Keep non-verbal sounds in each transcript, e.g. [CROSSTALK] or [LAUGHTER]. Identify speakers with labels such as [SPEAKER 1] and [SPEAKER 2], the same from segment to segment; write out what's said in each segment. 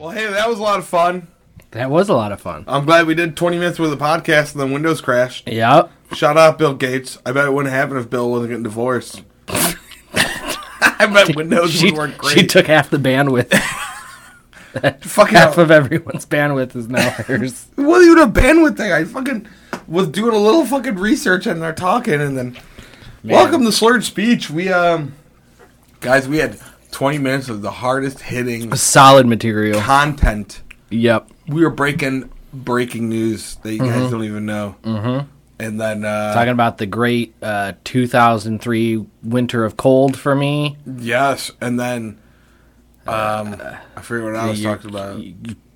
[SPEAKER 1] was a lot of fun.
[SPEAKER 2] That was a lot of fun.
[SPEAKER 1] I'm glad we did 20 minutes with a podcast and then Windows crashed.
[SPEAKER 2] Yep.
[SPEAKER 1] Shout out Bill Gates. I bet it wouldn't happen if Bill wasn't getting divorced. [LAUGHS] I bet Windows
[SPEAKER 2] She,
[SPEAKER 1] would work great.
[SPEAKER 2] she took half
[SPEAKER 1] [LAUGHS]
[SPEAKER 2] the bandwidth. [LAUGHS]
[SPEAKER 1] fucking
[SPEAKER 2] half of everyone's bandwidth
[SPEAKER 1] [LAUGHS]
[SPEAKER 2] is now hers.
[SPEAKER 1] Well, you a bandwidth thing. I fucking was doing a little fucking research and they're talking and then welcome to slurred speech. We um guys, we had 20 minutes of the hardest hitting
[SPEAKER 2] Solid material.
[SPEAKER 1] content.
[SPEAKER 2] Yep.
[SPEAKER 1] We were breaking breaking news that you guys don't even know. Mm-hmm. And then uh
[SPEAKER 2] Talking about the great uh, 2003 winter of cold for me.
[SPEAKER 1] yes, and then
[SPEAKER 2] Uh,
[SPEAKER 1] um I forget what I was talking about.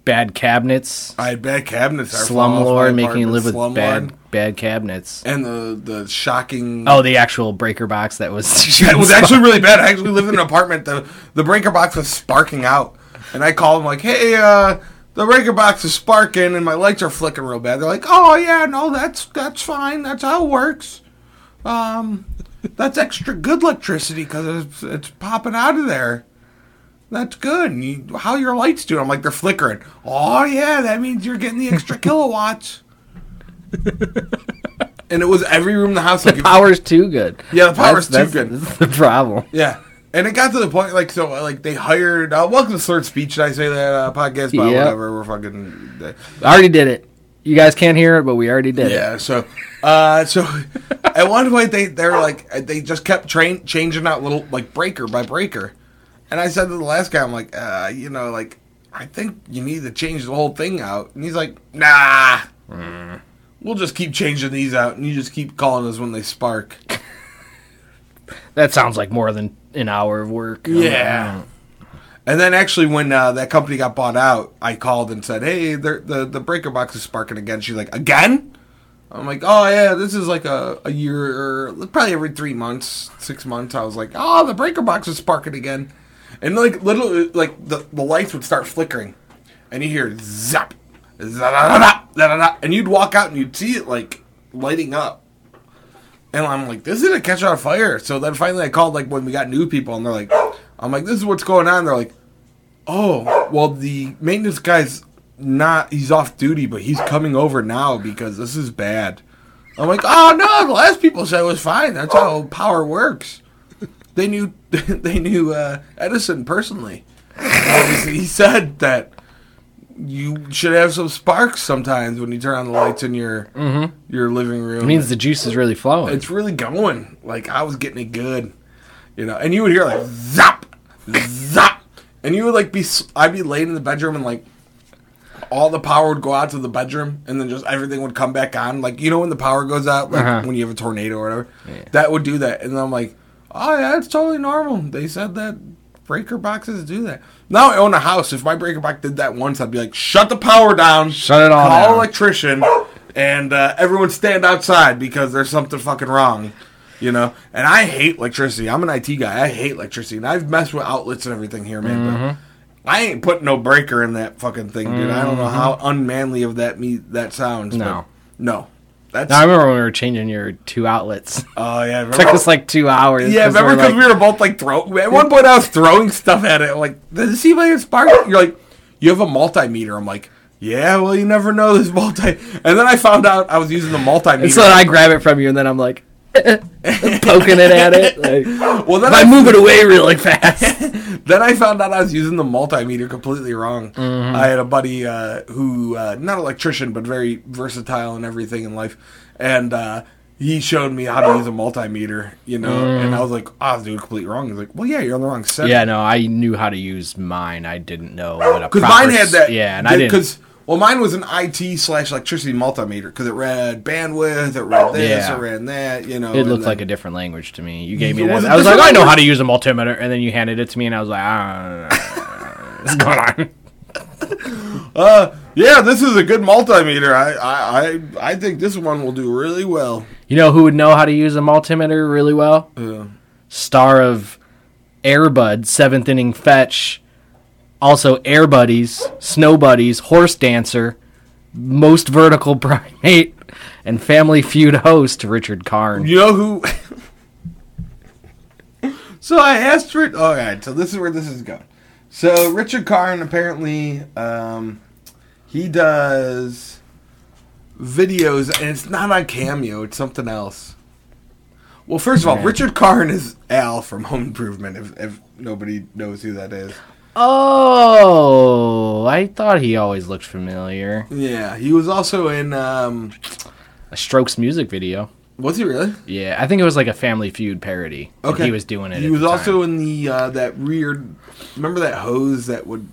[SPEAKER 2] Bad cabinets.
[SPEAKER 1] I had bad cabinets. I fell off my
[SPEAKER 2] Slumlord making you
[SPEAKER 1] apartment,
[SPEAKER 2] live with
[SPEAKER 1] slumlord,
[SPEAKER 2] bad bad cabinets.
[SPEAKER 1] and the the shocking
[SPEAKER 2] Oh, the actual breaker box
[SPEAKER 1] [LAUGHS]
[SPEAKER 2] that was. [LAUGHS]
[SPEAKER 1] It was actually really bad. I actually lived in an apartment. The the breaker box was sparking out, and I called them like, "Hey, uh, the breaker box is sparking, and my lights are flicking real bad." They're like, "Oh yeah, no, that's that's fine. That's how it works. Um, that's extra good electricity because it's, it's popping out of there. That's good. And you, how your lights doing?" I'm like, "They're flickering. Oh yeah, that means you're getting the extra
[SPEAKER 2] [LAUGHS]
[SPEAKER 1] kilowatts." And it was every room in the house. Like, if-
[SPEAKER 2] power's too good.
[SPEAKER 1] Yeah, the power's
[SPEAKER 2] That's-
[SPEAKER 1] too
[SPEAKER 2] that's-
[SPEAKER 1] good.
[SPEAKER 2] that's [LAUGHS] the problem.
[SPEAKER 1] Yeah. And it got to the point, like, so, uh, like, they hired, uh, welcome to Slurred Speech, did I say that, uh, podcast, but
[SPEAKER 2] Yeah.
[SPEAKER 1] whatever, we're fucking, uh,
[SPEAKER 2] I already did it. You guys can't hear it, but we already did it.
[SPEAKER 1] yeah, so, uh, so, [LAUGHS] at one point, they, they were like, uh, they just kept train, changing out little, like, breaker by breaker, and I said to the last guy, I'm like, uh, you know, like, I think you need to change the whole thing out, and he's like, nah, we'll just keep changing these out, and you just keep calling us when they spark.
[SPEAKER 2] That sounds like more than an hour of work.
[SPEAKER 1] Yeah. And then actually, when uh, that company got bought out, I called and said, "Hey, the the, the breaker box is sparking again." She's like, "Again?" I'm like, "Oh yeah, this is like a a year, or probably every three months, six months." I was like, "Oh, the breaker box is sparking again," and like literally, like the the lights would start flickering, and you hear zap, za-da-da-da, da-da-da, and you'd walk out and you'd see it like lighting up. And I'm like, this is gonna catch on fire. So then finally I called like when we got new people and they're like I'm like, this is what's going on. They're like, Oh, well the maintenance guy's not he's off duty, but he's coming over now because this is bad. I'm like, Oh no, the last people said it was fine. That's how power works. They knew [LAUGHS] they knew uh, Edison personally. Obviously, he said that you should have some sparks sometimes when you turn on the lights in your your living room.
[SPEAKER 2] It means the juice is really flowing.
[SPEAKER 1] It's really going. Like I was getting it good, you know. And you would hear like zap, zap, and you would like be. s- I'd be laying in the bedroom and like all the power would go out to the bedroom, and then just everything would come back on. Like you know when the power goes out, like
[SPEAKER 2] Uh-huh.
[SPEAKER 1] when you have a tornado or whatever, that would do that. And I'm like, oh yeah, it's totally normal. They said that breaker boxes do that. Now I own a house. If my breaker box did that once, I'd be like, shut the power down,
[SPEAKER 2] Shut it all
[SPEAKER 1] call
[SPEAKER 2] down.
[SPEAKER 1] electrician, and uh, everyone stand outside because there's something fucking wrong. You know, and I hate electricity. I'm an IT guy. I hate electricity, and I've messed with outlets and everything here, man.
[SPEAKER 2] Mm-hmm.
[SPEAKER 1] But I ain't putting no breaker in that fucking thing, dude. I don't know how unmanly of that me that sounds. but
[SPEAKER 2] Mm-hmm. No.
[SPEAKER 1] no, that's
[SPEAKER 2] Now, I remember when we were changing your two outlets.
[SPEAKER 1] oh yeah. Remember,
[SPEAKER 2] it took us like two hours.
[SPEAKER 1] yeah, remember
[SPEAKER 2] we're
[SPEAKER 1] because
[SPEAKER 2] like-
[SPEAKER 1] we were both like throwing. At one point, I was throwing stuff at it. Like, does it seem like it's sparking? You're like, you have a multimeter. I'm like, yeah. Well, you never know this multi. And then I found out I was using the multimeter.
[SPEAKER 2] And so then I grab it from you, and then I'm like [LAUGHS] poking it at it. Like,
[SPEAKER 1] [LAUGHS] well, then
[SPEAKER 2] if I move it
[SPEAKER 1] [LAUGHS]
[SPEAKER 2] away really fast.
[SPEAKER 1] then I found out I was using the multimeter completely wrong.
[SPEAKER 2] Mm-hmm.
[SPEAKER 1] I had a buddy uh, who, uh, not electrician, but very versatile in everything in life, and uh, he showed me how to use a multimeter. You know, and I was like, "Ah, I was doing it completely wrong." He's like, "Well, yeah, you're on the wrong setting."
[SPEAKER 2] Mm. yeah, no, I knew how to use mine. I didn't know what a
[SPEAKER 1] because
[SPEAKER 2] proper
[SPEAKER 1] mine had
[SPEAKER 2] s-
[SPEAKER 1] that.
[SPEAKER 2] Yeah, and I didn't.
[SPEAKER 1] Because well, mine was an IT slash electricity multimeter because it read bandwidth, it read this,
[SPEAKER 2] Yeah.
[SPEAKER 1] it ran that. You know,
[SPEAKER 2] It
[SPEAKER 1] and
[SPEAKER 2] looked like a
[SPEAKER 1] then-
[SPEAKER 2] different language to me. You gave me
[SPEAKER 1] It was
[SPEAKER 2] that.
[SPEAKER 1] a
[SPEAKER 2] I was like, "Oh,
[SPEAKER 1] different
[SPEAKER 2] I know how
[SPEAKER 1] language.
[SPEAKER 2] to use a multimeter, and then you handed it to me, and I was like, ah, [LAUGHS] what's going on?
[SPEAKER 1] Uh, yeah, this is a good multimeter. I, I, I, I think this one will do really well.
[SPEAKER 2] You know who would know how to use a multimeter really well?
[SPEAKER 1] Yeah.
[SPEAKER 2] Star of Airbud, seventh inning fetch, also Air Buddies, Snow Buddies, Horse Dancer, most vertical [LAUGHS] primate, and Family Feud host Richard Karn.
[SPEAKER 1] You know who? [LAUGHS] so I asked for it. All right, so this is where this is going. So Richard Karn apparently um, he does videos, and it's not on Cameo; it's something else. Well, first of all,
[SPEAKER 2] Okay.
[SPEAKER 1] Richard Karn is Al from Home Improvement. If, if nobody knows who that is,
[SPEAKER 2] Oh, I thought he always looked familiar.
[SPEAKER 1] yeah, he was also in. Um,
[SPEAKER 2] A Strokes music video.
[SPEAKER 1] was he really?
[SPEAKER 2] Yeah, I think it was like a Family Feud parody. and
[SPEAKER 1] Okay,
[SPEAKER 2] he was doing it.
[SPEAKER 1] He
[SPEAKER 2] at
[SPEAKER 1] was
[SPEAKER 2] the
[SPEAKER 1] also
[SPEAKER 2] time.
[SPEAKER 1] in the uh, that weird. Remember that hose that would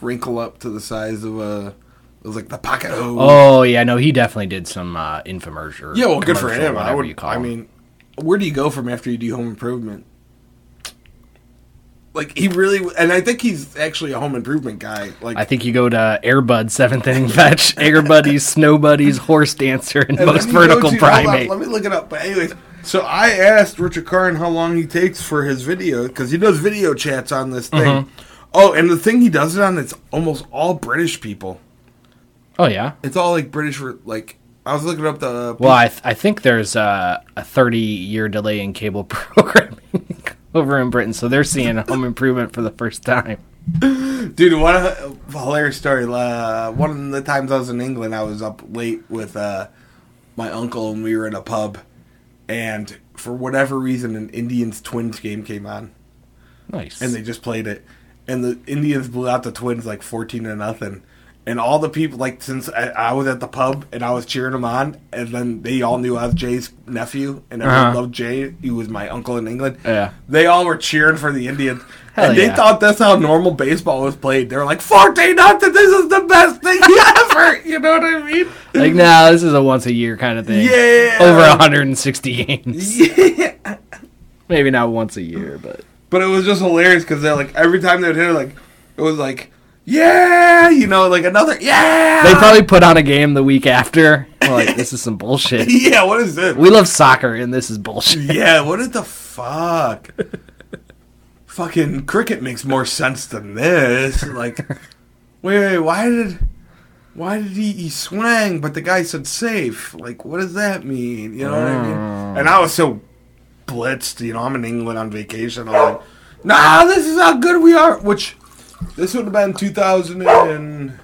[SPEAKER 1] wrinkle up to the size of a. It was like the pocket hose.
[SPEAKER 2] Oh yeah, no, he definitely did some uh, infomercial.
[SPEAKER 1] Yeah, well, good for
[SPEAKER 2] commercial,
[SPEAKER 1] him. I
[SPEAKER 2] whatever
[SPEAKER 1] would.
[SPEAKER 2] you call
[SPEAKER 1] I
[SPEAKER 2] them.
[SPEAKER 1] mean, where do you go from after you do Home Improvement? Like he really, and I think he's actually a Home Improvement guy. Like
[SPEAKER 2] I think you go to Airbud Seventh Inning [LAUGHS] Fetch, Air Buddies, Snow Buddies, Horse Dancer, and,
[SPEAKER 1] and let
[SPEAKER 2] Most
[SPEAKER 1] me go
[SPEAKER 2] Vertical
[SPEAKER 1] to- hold on,
[SPEAKER 2] Primate.
[SPEAKER 1] let me look it up. But anyways, so I asked Richard Karn how long he takes for his video because he does video chats on this thing.
[SPEAKER 2] Mm-hmm.
[SPEAKER 1] Oh, and the thing he does it on, it's almost all British people.
[SPEAKER 2] Oh yeah.
[SPEAKER 1] It's all like British. Like I was looking up the
[SPEAKER 2] Well, I, th- I think there's uh, a 30 year delay in cable [LAUGHS] programming over in Britain, so they're seeing Home Improvement for the first time.
[SPEAKER 1] Dude, one uh, hilarious story. Uh, one of the times I was in England, I was up late with uh, my uncle, and we were in a pub. And for whatever reason, an Indians Twins game came on,
[SPEAKER 2] Nice.
[SPEAKER 1] and they just played it. And the Indians blew out the Twins like fourteen to nothing. And all the people, like since I, I was at the pub and I was cheering them on, and then they all knew I was Jay's nephew, and everyone
[SPEAKER 2] Uh-huh.
[SPEAKER 1] loved Jay. He was my uncle in England.
[SPEAKER 2] Yeah.
[SPEAKER 1] They all were cheering for the Indians.
[SPEAKER 2] Hell
[SPEAKER 1] and they
[SPEAKER 2] yeah.
[SPEAKER 1] thought that's how normal baseball was played. They were like, 14 nothing, this is the best thing [LAUGHS] ever. You know what I mean?
[SPEAKER 2] [LAUGHS] like, nah, this is a once a year kind of thing.
[SPEAKER 1] Yeah.
[SPEAKER 2] Over 160
[SPEAKER 1] [LAUGHS]
[SPEAKER 2] games.
[SPEAKER 1] Yeah.
[SPEAKER 2] Maybe not once a year, but.
[SPEAKER 1] But it was just hilarious because they're like, every time they would hit it, like, it was like, yeah, you know, like another, yeah.
[SPEAKER 2] They probably put on a game the week after. We're like, this is some
[SPEAKER 1] [LAUGHS]
[SPEAKER 2] bullshit.
[SPEAKER 1] yeah, what is this?
[SPEAKER 2] We love soccer, and this is bullshit.
[SPEAKER 1] yeah, what is the fuck? Fucking cricket makes more sense than this. Like, wait, wait, why did, why did he, he swang? But the guy said safe. Like, what does that mean? You know what I mean?
[SPEAKER 2] Mm.
[SPEAKER 1] And I was so blitzed. You know, I'm in England on vacation. I'm like, nah, this is how good we are. Which this would have been 2006.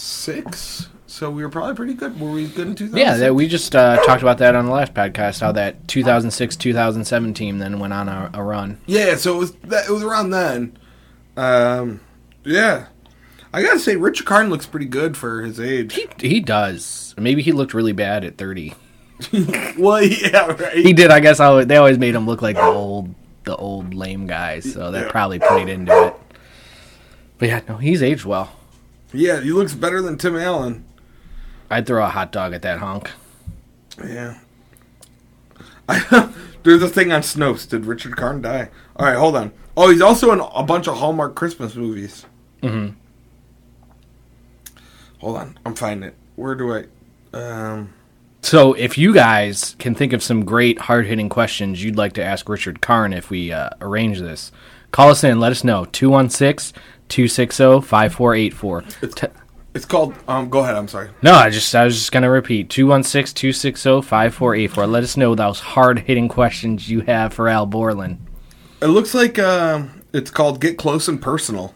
[SPEAKER 1] So we were probably pretty good. Were we good in 2006?
[SPEAKER 2] Yeah, that we just uh, talked about that on the last podcast, how that 2006 2007 team then went on a, a run.
[SPEAKER 1] Yeah, so it was that, it was around then. Um, yeah, I gotta say, Richard Karn looks pretty good for his age.
[SPEAKER 2] He, he does. Maybe he looked really bad at 30.
[SPEAKER 1] [LAUGHS] well, yeah, right.
[SPEAKER 2] he did. I guess I, they always made him look like the old, the old lame guy. So that
[SPEAKER 1] Yeah.
[SPEAKER 2] probably played into it. But yeah, no, he's aged well.
[SPEAKER 1] yeah, he looks better than Tim Allen.
[SPEAKER 2] I'd throw a hot dog at that honk.
[SPEAKER 1] Yeah. I, [LAUGHS] there's a thing on Snopes. Did Richard Karn die? All right, hold on. Oh, he's also in a bunch of Hallmark Christmas movies.
[SPEAKER 2] Mhm.
[SPEAKER 1] Hold on, I'm finding it. Where do I? Um,
[SPEAKER 2] So if you guys can think of some great hard hitting questions you'd like to ask Richard Karn if we uh, arrange this, call us in. Let us know 216 260 5484.
[SPEAKER 1] it's called. Um, go ahead. I'm sorry.
[SPEAKER 2] No, I just I was just gonna repeat oh, 216-260-5484. Let us know those hard hitting questions you have for Al Borland.
[SPEAKER 1] It looks like um, it's called Get Close and Personal.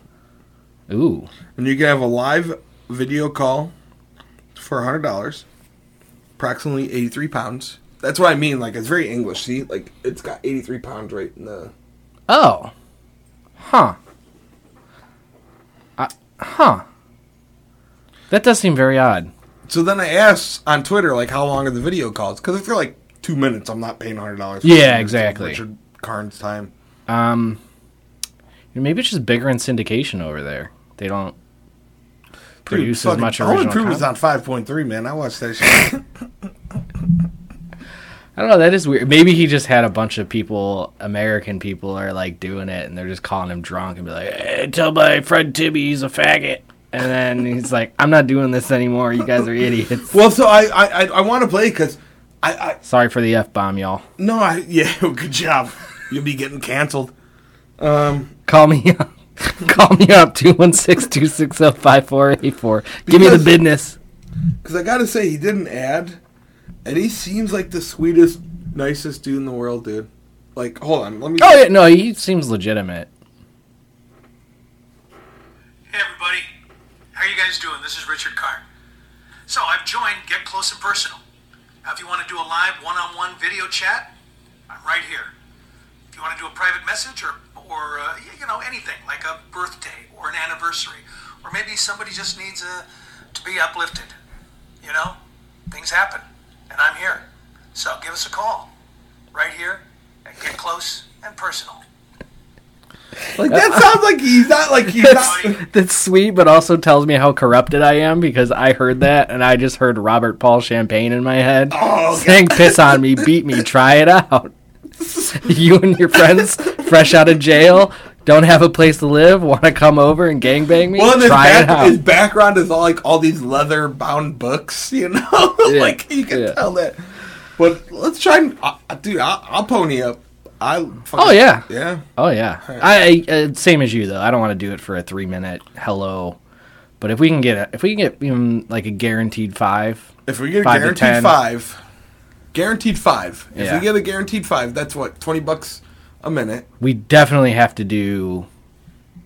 [SPEAKER 2] Ooh.
[SPEAKER 1] And you can have a live video call for $100, approximately 83 pounds. That's what I mean. Like, it's very English. See, like, it's got 83 pounds right in the.
[SPEAKER 2] Oh. Huh. I, huh. That does seem very odd.
[SPEAKER 1] So then I asked on Twitter, like, how long are the video calls? Because if they're like two minutes, I'm not paying $100. for
[SPEAKER 2] Yeah,
[SPEAKER 1] two minutes of
[SPEAKER 2] exactly.
[SPEAKER 1] Richard Karn's time.
[SPEAKER 2] Um maybe it's just bigger in syndication over there. They don't produce as
[SPEAKER 1] fucking-
[SPEAKER 2] much
[SPEAKER 1] Home
[SPEAKER 2] original
[SPEAKER 1] Improvement's
[SPEAKER 2] content.
[SPEAKER 1] on 5.3, man. I watched that shit. [LAUGHS]
[SPEAKER 2] I don't know, that is weird. Maybe he just had a bunch of people, American people are like doing it and they're just calling him drunk and be like, hey, tell my friend Tibby he's a faggot. And then he's like, I'm not doing this anymore. You guys are idiots.
[SPEAKER 1] well, so I I, I, I want to play because I, I
[SPEAKER 2] Sorry for the F bomb, y'all.
[SPEAKER 1] No, I [LAUGHS] yeah, good job. You'll be getting canceled. Um,
[SPEAKER 2] Call me up. [LAUGHS] Call me up 216 260 5484. Give me the
[SPEAKER 1] Because-
[SPEAKER 2] business.
[SPEAKER 1] because I gotta say he didn't add, and he seems like the sweetest, nicest dude in the world, dude. Like, hold on, let me.
[SPEAKER 2] Oh, yeah, no, he seems legitimate.
[SPEAKER 3] guys doing? This is Richard Carr. So I've joined Get Close and Personal. Now, if you want to do a live one-on-one video chat, I'm right here. If you want to do a private message or, or uh, y- you know, anything like a birthday or an anniversary, or maybe somebody just needs uh to be uplifted, you know, things happen, and I'm here. So give us a call right here at Get Close and Personal.
[SPEAKER 1] Like that
[SPEAKER 2] [LAUGHS]
[SPEAKER 1] sounds like he's not like he's not.
[SPEAKER 2] That's, that's sweet, but also tells me how corrupted I am because I heard that and I just heard Robert Paul Champagne in my head
[SPEAKER 1] Oh,
[SPEAKER 2] saying, "Piss on me, beat me, try it out." [LAUGHS] you and your friends, fresh out of jail, don't have a place to live, want to come over and gangbang me?
[SPEAKER 1] Well, and his,
[SPEAKER 2] try it
[SPEAKER 1] back,
[SPEAKER 2] out.
[SPEAKER 1] his background is all like all these leather bound books, [LAUGHS] you know? like you can
[SPEAKER 2] yeah.
[SPEAKER 1] tell that. But let's try and, uh, dude. I'll, I'll pony up. I fucking,
[SPEAKER 2] Oh, yeah.
[SPEAKER 1] yeah.
[SPEAKER 2] Oh yeah, I, I uh, same as you though. I don't want to do it for a three minute hello, but if we can get a, if we can get um, like a guaranteed five,
[SPEAKER 1] If we get a
[SPEAKER 2] Five to
[SPEAKER 1] guaranteed
[SPEAKER 2] ten.
[SPEAKER 1] five, guaranteed five. If
[SPEAKER 2] Yeah.
[SPEAKER 1] we get a guaranteed five, that's what twenty bucks a minute.
[SPEAKER 2] we definitely have to do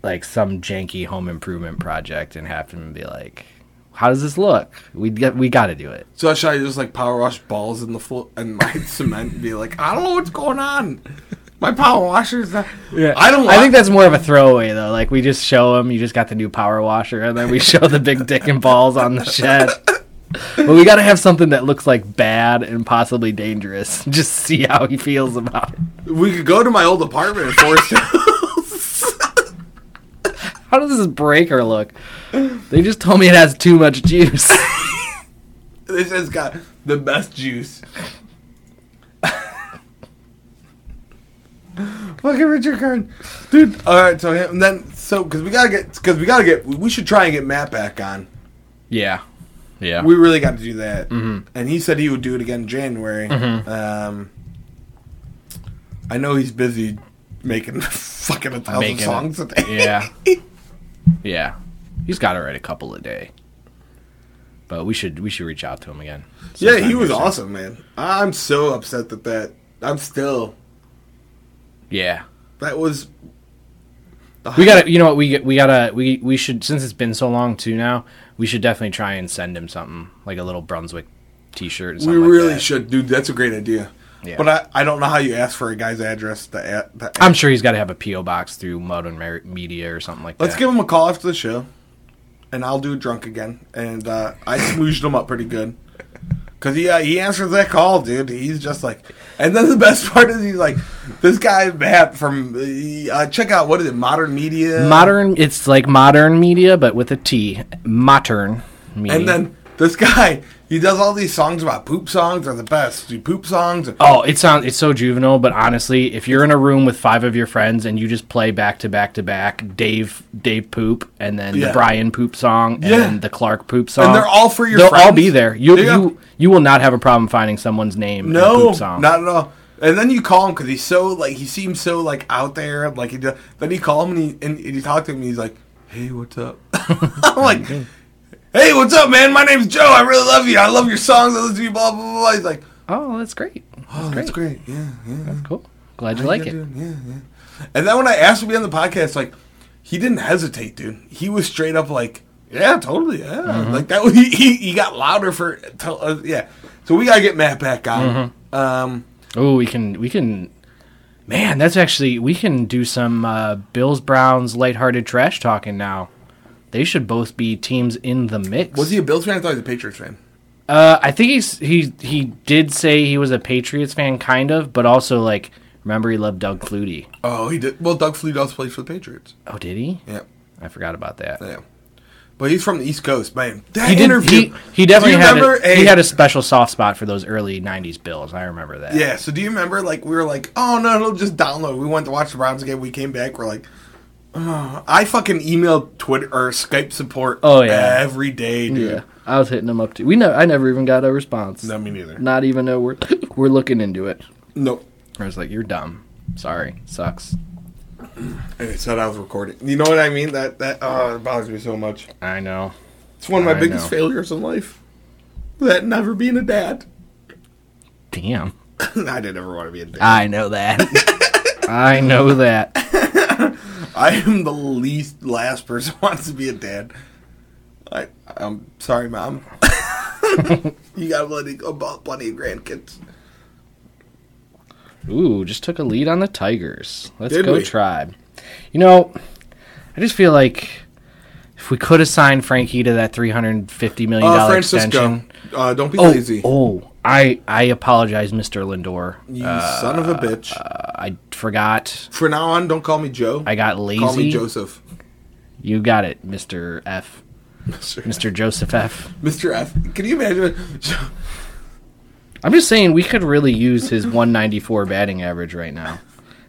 [SPEAKER 2] like some janky home improvement project and have them be like, how does this look? We get we got to do it.
[SPEAKER 1] So should I just like power wash balls in the floor and my [LAUGHS] cement and be like, I don't know what's going on. My power washer's not. I don't.
[SPEAKER 2] I think that's more of a throwaway though. Like we just show them, you just got the new power washer, and [LAUGHS] then we show the big dick and balls on the shed. But we got to have something that looks like bad and possibly dangerous. [LAUGHS] Just see how he feels about it.
[SPEAKER 1] we could go to my old apartment in Forest Hills.
[SPEAKER 2] How does this breaker look? They just told me it has too much juice.
[SPEAKER 1] [LAUGHS] This has got the best juice. [LAUGHS] Look at Richard Kern, dude. All right, so him, and then so because we gotta get because we gotta get we should try and get Matt back on.
[SPEAKER 2] [LAUGHS] yeah. Yeah.
[SPEAKER 1] We really got to do that.
[SPEAKER 2] Mm-hmm.
[SPEAKER 1] And he said he would do it again in January. Um, I know he's busy making [LAUGHS] fucking a thousand
[SPEAKER 2] Making it.
[SPEAKER 1] songs a day. [LAUGHS]
[SPEAKER 2] yeah. Yeah. He's got to write a couple a day. But we should we should reach out to him again.
[SPEAKER 1] Yeah,
[SPEAKER 2] Sometime
[SPEAKER 1] he was
[SPEAKER 2] soon.
[SPEAKER 1] awesome, man. I'm so upset that that I'm still
[SPEAKER 2] Yeah.
[SPEAKER 1] that was.
[SPEAKER 2] We got to you know what we we got to we we should since it's been so long too now, we should definitely try and send him something like a little Brunswick t-shirt or
[SPEAKER 1] We
[SPEAKER 2] something like
[SPEAKER 1] really
[SPEAKER 2] that.
[SPEAKER 1] should, dude. That's a great idea.
[SPEAKER 2] Yeah.
[SPEAKER 1] But I, I don't know how you ask for a guy's address. To a to
[SPEAKER 2] I'm sure he's got to have a PO box through Modern Mer- Media or something like
[SPEAKER 1] Let's
[SPEAKER 2] that.
[SPEAKER 1] give him a call after the show, and I'll do drunk again. And uh, I smooshed him up pretty good. Cause he uh, he answers that call, dude. He's just like, and then the best part is he's like, this guy Matt from uh, check out what is it, Modern Media,
[SPEAKER 2] Modern it's like Modern Media but with a T. Modern Media.
[SPEAKER 1] and then this guy he does all these songs about poop songs are the best, dude. Poop songs.
[SPEAKER 2] Oh, it sounds it's so juvenile, but honestly, if you're in a room with five of your friends and you just play back to back to back Dave Dave poop and then
[SPEAKER 1] Yeah.
[SPEAKER 2] the Brian poop song and
[SPEAKER 1] Yeah.
[SPEAKER 2] then the Clark poop song,
[SPEAKER 1] they're all for your
[SPEAKER 2] They'll all
[SPEAKER 1] friends?
[SPEAKER 2] be there. You
[SPEAKER 1] Yeah.
[SPEAKER 2] you you will not have a problem finding someone's name. in a
[SPEAKER 1] No,
[SPEAKER 2] poop song.
[SPEAKER 1] not at all. And then you call him because he's so like he seems so like out there. Like he does. Then you call him and he and, and you talk to him. and He's like, "Hey, what's up?" [LAUGHS] I'm like, "Hey, what's up, man? My name's Joe. I really love you. I love your songs. I listen to you. Blah blah blah." blah. He's like,
[SPEAKER 2] oh, that's great.
[SPEAKER 1] "Oh, that's great. Yeah, yeah.
[SPEAKER 2] Cool. Glad you like
[SPEAKER 1] yeah,
[SPEAKER 2] it.
[SPEAKER 1] dude. Yeah, yeah." And then when I asked to be on the podcast, like he didn't hesitate, dude. He was straight up like, "Yeah, totally. Yeah."
[SPEAKER 2] Mm-hmm.
[SPEAKER 1] Like that. [LAUGHS] He, he he got louder for tell us yeah. So we gotta get Matt back on. Um.
[SPEAKER 2] Oh, we can we can. Man, that's actually we can do some uh, Bills Browns lighthearted trash talking now. They should both be teams in the mix.
[SPEAKER 1] Was he a Bills fan? I thought he was a Patriots fan.
[SPEAKER 2] Uh, I think he's he he did say he was a Patriots fan, kind of, but also like remember he loved Doug Flutie.
[SPEAKER 1] Oh, he did. Well, Doug Flutie also plays for the Patriots.
[SPEAKER 2] Oh, did he?
[SPEAKER 1] Yeah,
[SPEAKER 2] I forgot about that.
[SPEAKER 1] yeah. But he's from the East Coast, man. That
[SPEAKER 2] He did.
[SPEAKER 1] interview.
[SPEAKER 2] He, he definitely
[SPEAKER 1] Do you
[SPEAKER 2] had
[SPEAKER 1] remember
[SPEAKER 2] a, he had a special soft spot for those early '90s Bills. I remember that.
[SPEAKER 1] Yeah. So do you remember? Like we were like, oh no, it'll just download. We went to watch the Browns game. We came back. We're like, oh. I fucking emailed Twitter or Skype support.
[SPEAKER 2] Oh, yeah.
[SPEAKER 1] Every day, dude.
[SPEAKER 2] yeah. I was hitting him up too. We know I never even got a response.
[SPEAKER 1] No, me neither.
[SPEAKER 2] Not even though we're we're looking into it.
[SPEAKER 1] No.
[SPEAKER 2] I was like, "You're dumb. Sorry, sucks."
[SPEAKER 1] And it said I was recording. You know what I mean? That that oh, it bothers me so much.
[SPEAKER 2] I know.
[SPEAKER 1] It's one of my
[SPEAKER 2] I
[SPEAKER 1] biggest
[SPEAKER 2] know.
[SPEAKER 1] failures in life. That never being a dad. [LAUGHS]
[SPEAKER 2] Damn.
[SPEAKER 1] I didn't ever want to be a dad.
[SPEAKER 2] I
[SPEAKER 1] [LAUGHS]
[SPEAKER 2] know that. I know that.
[SPEAKER 1] I am the least last person who wants to be a dad. I I'm sorry, mom. you got plenty, about plenty of grandkids.
[SPEAKER 2] Ooh, just took a lead on the Tigers. Let's
[SPEAKER 1] Did
[SPEAKER 2] go,
[SPEAKER 1] we?
[SPEAKER 2] Tribe. You know, I just feel like if we could assign Frankie to that three hundred fifty million
[SPEAKER 1] Uh,
[SPEAKER 2] dollar
[SPEAKER 1] Francisco,
[SPEAKER 2] extension.
[SPEAKER 1] uh, don't be
[SPEAKER 2] Oh,
[SPEAKER 1] lazy.
[SPEAKER 2] oh, I I apologize, Mister Lindor.
[SPEAKER 1] you son
[SPEAKER 2] uh,
[SPEAKER 1] of a bitch.
[SPEAKER 2] I forgot.
[SPEAKER 1] For now on, don't call me Joe.
[SPEAKER 2] I got lazy.
[SPEAKER 1] call me Joseph. [LAUGHS]
[SPEAKER 2] You got it, Mister F. Mister Joseph F.
[SPEAKER 1] Mr. F. Can you imagine? [LAUGHS]
[SPEAKER 2] I'm just saying we could really use his 194 batting average right now.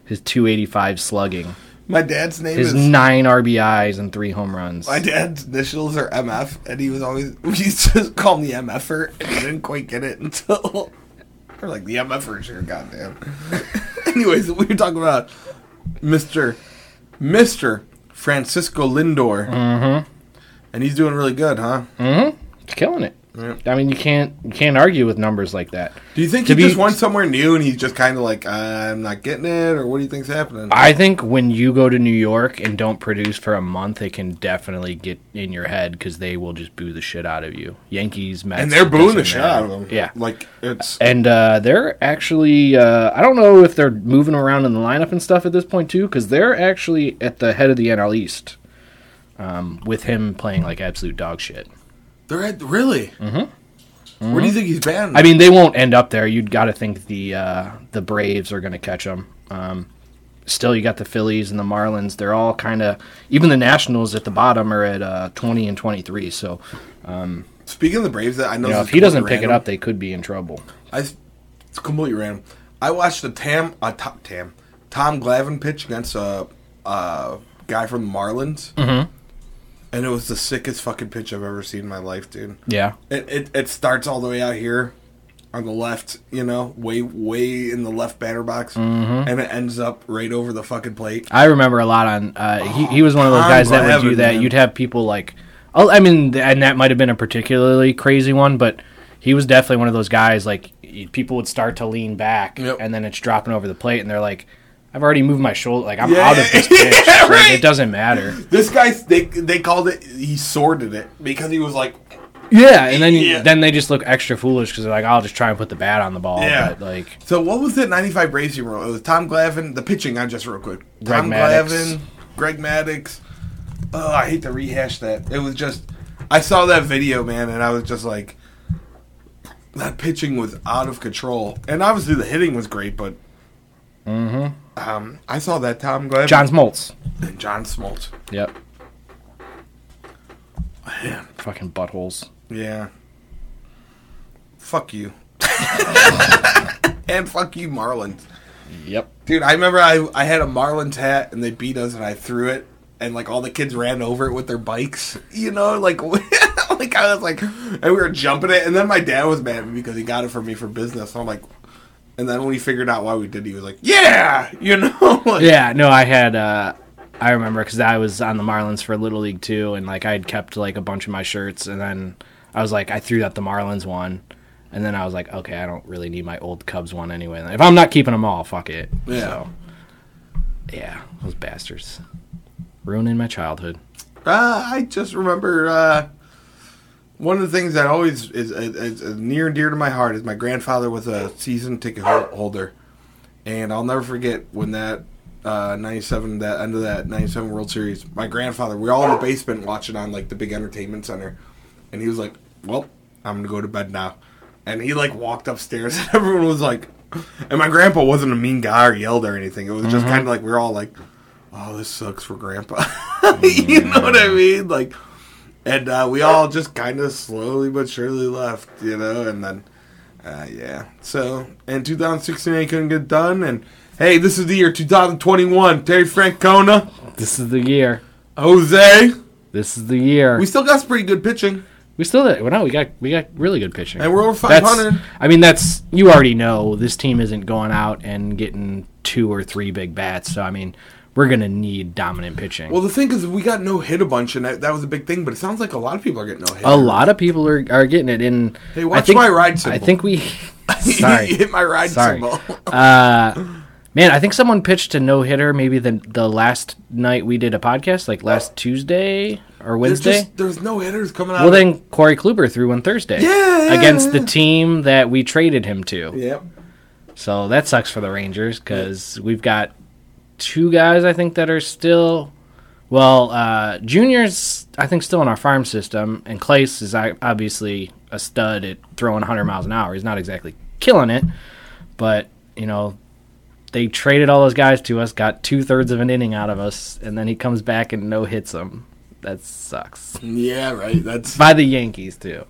[SPEAKER 2] His 285 slugging,
[SPEAKER 1] My dad's name
[SPEAKER 2] his
[SPEAKER 1] is.
[SPEAKER 2] 9 RBIs and 3 home runs.
[SPEAKER 1] my dad's initials are MF, and he was always [LAUGHS] we used to call him the MFer, and he didn't quite get it until [LAUGHS] we're like the MFer sure, goddamn. [LAUGHS] Anyways, we were talking about Mister Mister Francisco Lindor, mm-hmm. and he's doing really good, huh?
[SPEAKER 2] Mm-hmm. killing it. I mean, you can't you can't argue with numbers like that.
[SPEAKER 1] Do you think
[SPEAKER 2] To
[SPEAKER 1] he
[SPEAKER 2] be-
[SPEAKER 1] just went somewhere new, and he's just kind of like, I'm not getting it, or what do you think's happening?
[SPEAKER 2] I think when you go to New York and don't produce for a month, it can definitely get in your head because they will just boo the shit out of you. Yankees, Mets,
[SPEAKER 1] and they're
[SPEAKER 2] it
[SPEAKER 1] booing the
[SPEAKER 2] doesn't
[SPEAKER 1] shit
[SPEAKER 2] matter.
[SPEAKER 1] out of him.
[SPEAKER 2] Yeah,
[SPEAKER 1] like it's
[SPEAKER 2] and uh, they're actually uh, I don't know if they're moving around in the lineup and stuff at this point too because they're actually at the head of the NL East um, with him playing like absolute dog shit.
[SPEAKER 1] they're at, really. Mm-hmm. Where do you think he's banned?
[SPEAKER 2] Mm-hmm. I mean, they won't end up there. You'd got to think the uh, the Braves are going to catch them. Um, still, you got the Phillies and the Marlins. They're all kind of even the Nationals at the bottom are at uh, twenty and twenty three. So
[SPEAKER 1] Speaking of the Braves, that I know
[SPEAKER 2] you know,
[SPEAKER 1] this
[SPEAKER 2] if
[SPEAKER 1] is
[SPEAKER 2] he doesn't
[SPEAKER 1] completely
[SPEAKER 2] pick it
[SPEAKER 1] random.
[SPEAKER 2] up, they could be in trouble.
[SPEAKER 1] I, it's completely random. I watched the Tam, uh, Tom, Tam, Tom Glavine pitch against a, a guy from the Marlins, mm-hmm. and it was the sickest fucking pitch I've ever seen in my life, dude.
[SPEAKER 2] Yeah,
[SPEAKER 1] It, it it starts all the way out here on the left, you know, way way in the left batter box, and it ends up right over the fucking plate.
[SPEAKER 2] I remember a lot on. Uh, he, he was one of those
[SPEAKER 1] Tom
[SPEAKER 2] guys that would do
[SPEAKER 1] Glavine,
[SPEAKER 2] that.
[SPEAKER 1] man.
[SPEAKER 2] You'd have people like, oh, I mean, th- and that might have been a particularly crazy one, but he was definitely one of those guys. Like y- people would start to lean back,
[SPEAKER 1] Yep.
[SPEAKER 2] and then it's dropping over the plate, and they're like, "I've already moved my shoulder. Like I'm
[SPEAKER 1] Yeah,
[SPEAKER 2] out
[SPEAKER 1] [LAUGHS]
[SPEAKER 2] of this pitch.
[SPEAKER 1] yeah,
[SPEAKER 2] Like,
[SPEAKER 1] right.
[SPEAKER 2] It doesn't matter."
[SPEAKER 1] This guy, they they called it. He sorted it because he was like,
[SPEAKER 2] Yeah, and then
[SPEAKER 1] Yeah.
[SPEAKER 2] then they just look extra foolish because they're like, "I'll just try and put the bat on the ball."
[SPEAKER 1] Yeah.
[SPEAKER 2] But like,
[SPEAKER 1] So what was that 95 Braves team? role? It was Tom Glavine, the pitching on just real quick.
[SPEAKER 2] Greg
[SPEAKER 1] Tom
[SPEAKER 2] Maddux.
[SPEAKER 1] Glavine, Greg Maddox. Oh, I hate to rehash that. It was just I saw that video, man, and I was just like that pitching was out of control. And obviously the hitting was great, but um, I saw that Tom Glavine
[SPEAKER 2] Mm-hmm. John Smoltz.
[SPEAKER 1] and John Smoltz.
[SPEAKER 2] Yep. Fucking buttholes.
[SPEAKER 1] Yeah. Fuck
[SPEAKER 2] [LAUGHS]
[SPEAKER 1] you. and fuck you, Marlins.
[SPEAKER 2] Yep.
[SPEAKER 1] Dude, I remember I, I had a Marlins hat and they beat us and I threw it and like all the kids ran over it with their bikes, you know, like [LAUGHS] like I was like and we were jumping it and then my dad was mad at me because he got it for me for business. So I'm like and then when he figured out why we did, it, he was like, "Yeah, you know." [LAUGHS] like-
[SPEAKER 2] Yeah, no, I had. Uh, I remember because I was on the Marlins for Little League too, and like I had kept like a bunch of my shirts, and then I was like, I threw out the Marlins one, and then I was like, okay, I don't really need my old Cubs one anyway. If I'm not keeping them all, fuck it.
[SPEAKER 1] Yeah.
[SPEAKER 2] So, yeah, those bastards ruining my childhood.
[SPEAKER 1] Uh, I just remember uh, one of the things that always is, is, is near and dear to my heart is my grandfather was a season ticket hol- holder, and I'll never forget when that uh, '97 that end of that '97 World Series, my grandfather we were all in the basement watching on like the big entertainment center, and he was like, "Well, I'm gonna go to bed now," and he like walked upstairs, [LAUGHS] and everyone was like, and my grandpa wasn't a mean guy or yelled or anything. It was just kind of like we were all like oh, this sucks for grandpa. [LAUGHS] you know what I mean? Like, and uh, we all just kind of slowly but surely left, you know, and then, uh, yeah. So, in 2016, I couldn't get done, and hey, this is the year 2021. Terry Francona,
[SPEAKER 2] This is the year.
[SPEAKER 1] Jose.
[SPEAKER 2] This is the year.
[SPEAKER 1] We
[SPEAKER 2] We,
[SPEAKER 1] still got some pretty good pitching.
[SPEAKER 2] still well, no, we got we got really good pitching,
[SPEAKER 1] And we're over
[SPEAKER 2] That's-
[SPEAKER 1] 500.
[SPEAKER 2] I mean, that's you already know this team isn't going out and getting two or three big bats. So I mean, we're gonna need dominant pitching.
[SPEAKER 1] Well, the thing is, we got no hit a bunch, and that, that was a big thing, but it sounds like a lot of people are getting no hit.
[SPEAKER 2] a lot of people are, are getting it in.
[SPEAKER 1] [LAUGHS] Hey, watch my ride symbol.
[SPEAKER 2] I think we.
[SPEAKER 1] [LAUGHS] [LAUGHS] you
[SPEAKER 2] sorry,
[SPEAKER 1] hit my ride
[SPEAKER 2] sorry.
[SPEAKER 1] symbol.
[SPEAKER 2] Uh, Man, I think someone pitched a no hitter maybe the the last night we did a podcast, like last Tuesday or
[SPEAKER 1] There's
[SPEAKER 2] Wednesday.
[SPEAKER 1] just there's no hitters coming out.
[SPEAKER 2] well,
[SPEAKER 1] of-
[SPEAKER 2] then Corey Kluber threw one Thursday
[SPEAKER 1] Yeah, yeah,
[SPEAKER 2] against
[SPEAKER 1] yeah.
[SPEAKER 2] the team that we traded him to.
[SPEAKER 1] Yep.
[SPEAKER 2] So that sucks for the Rangers because we've got two guys I think that are still. Well, uh, Junior's I think still in our farm system, and Clace is I- obviously a stud at throwing 100 miles an hour. He's not exactly killing it, but you know they traded all those guys to us, got two thirds of an inning out of us, and then he comes back and no hits them. That sucks
[SPEAKER 1] Yeah, right. That's
[SPEAKER 2] by the Yankees too,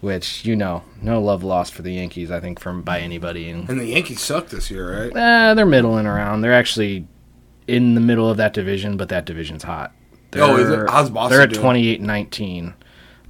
[SPEAKER 2] which you know no love lost for the Yankees I think from by anybody in
[SPEAKER 1] and the Yankees suck this year, right?
[SPEAKER 2] Eh, they're middling around. They're actually in the middle of that division, but that division's hot. They're,
[SPEAKER 1] Oh, is it? How's Boston
[SPEAKER 2] They're at
[SPEAKER 1] doing?
[SPEAKER 2] 28 19.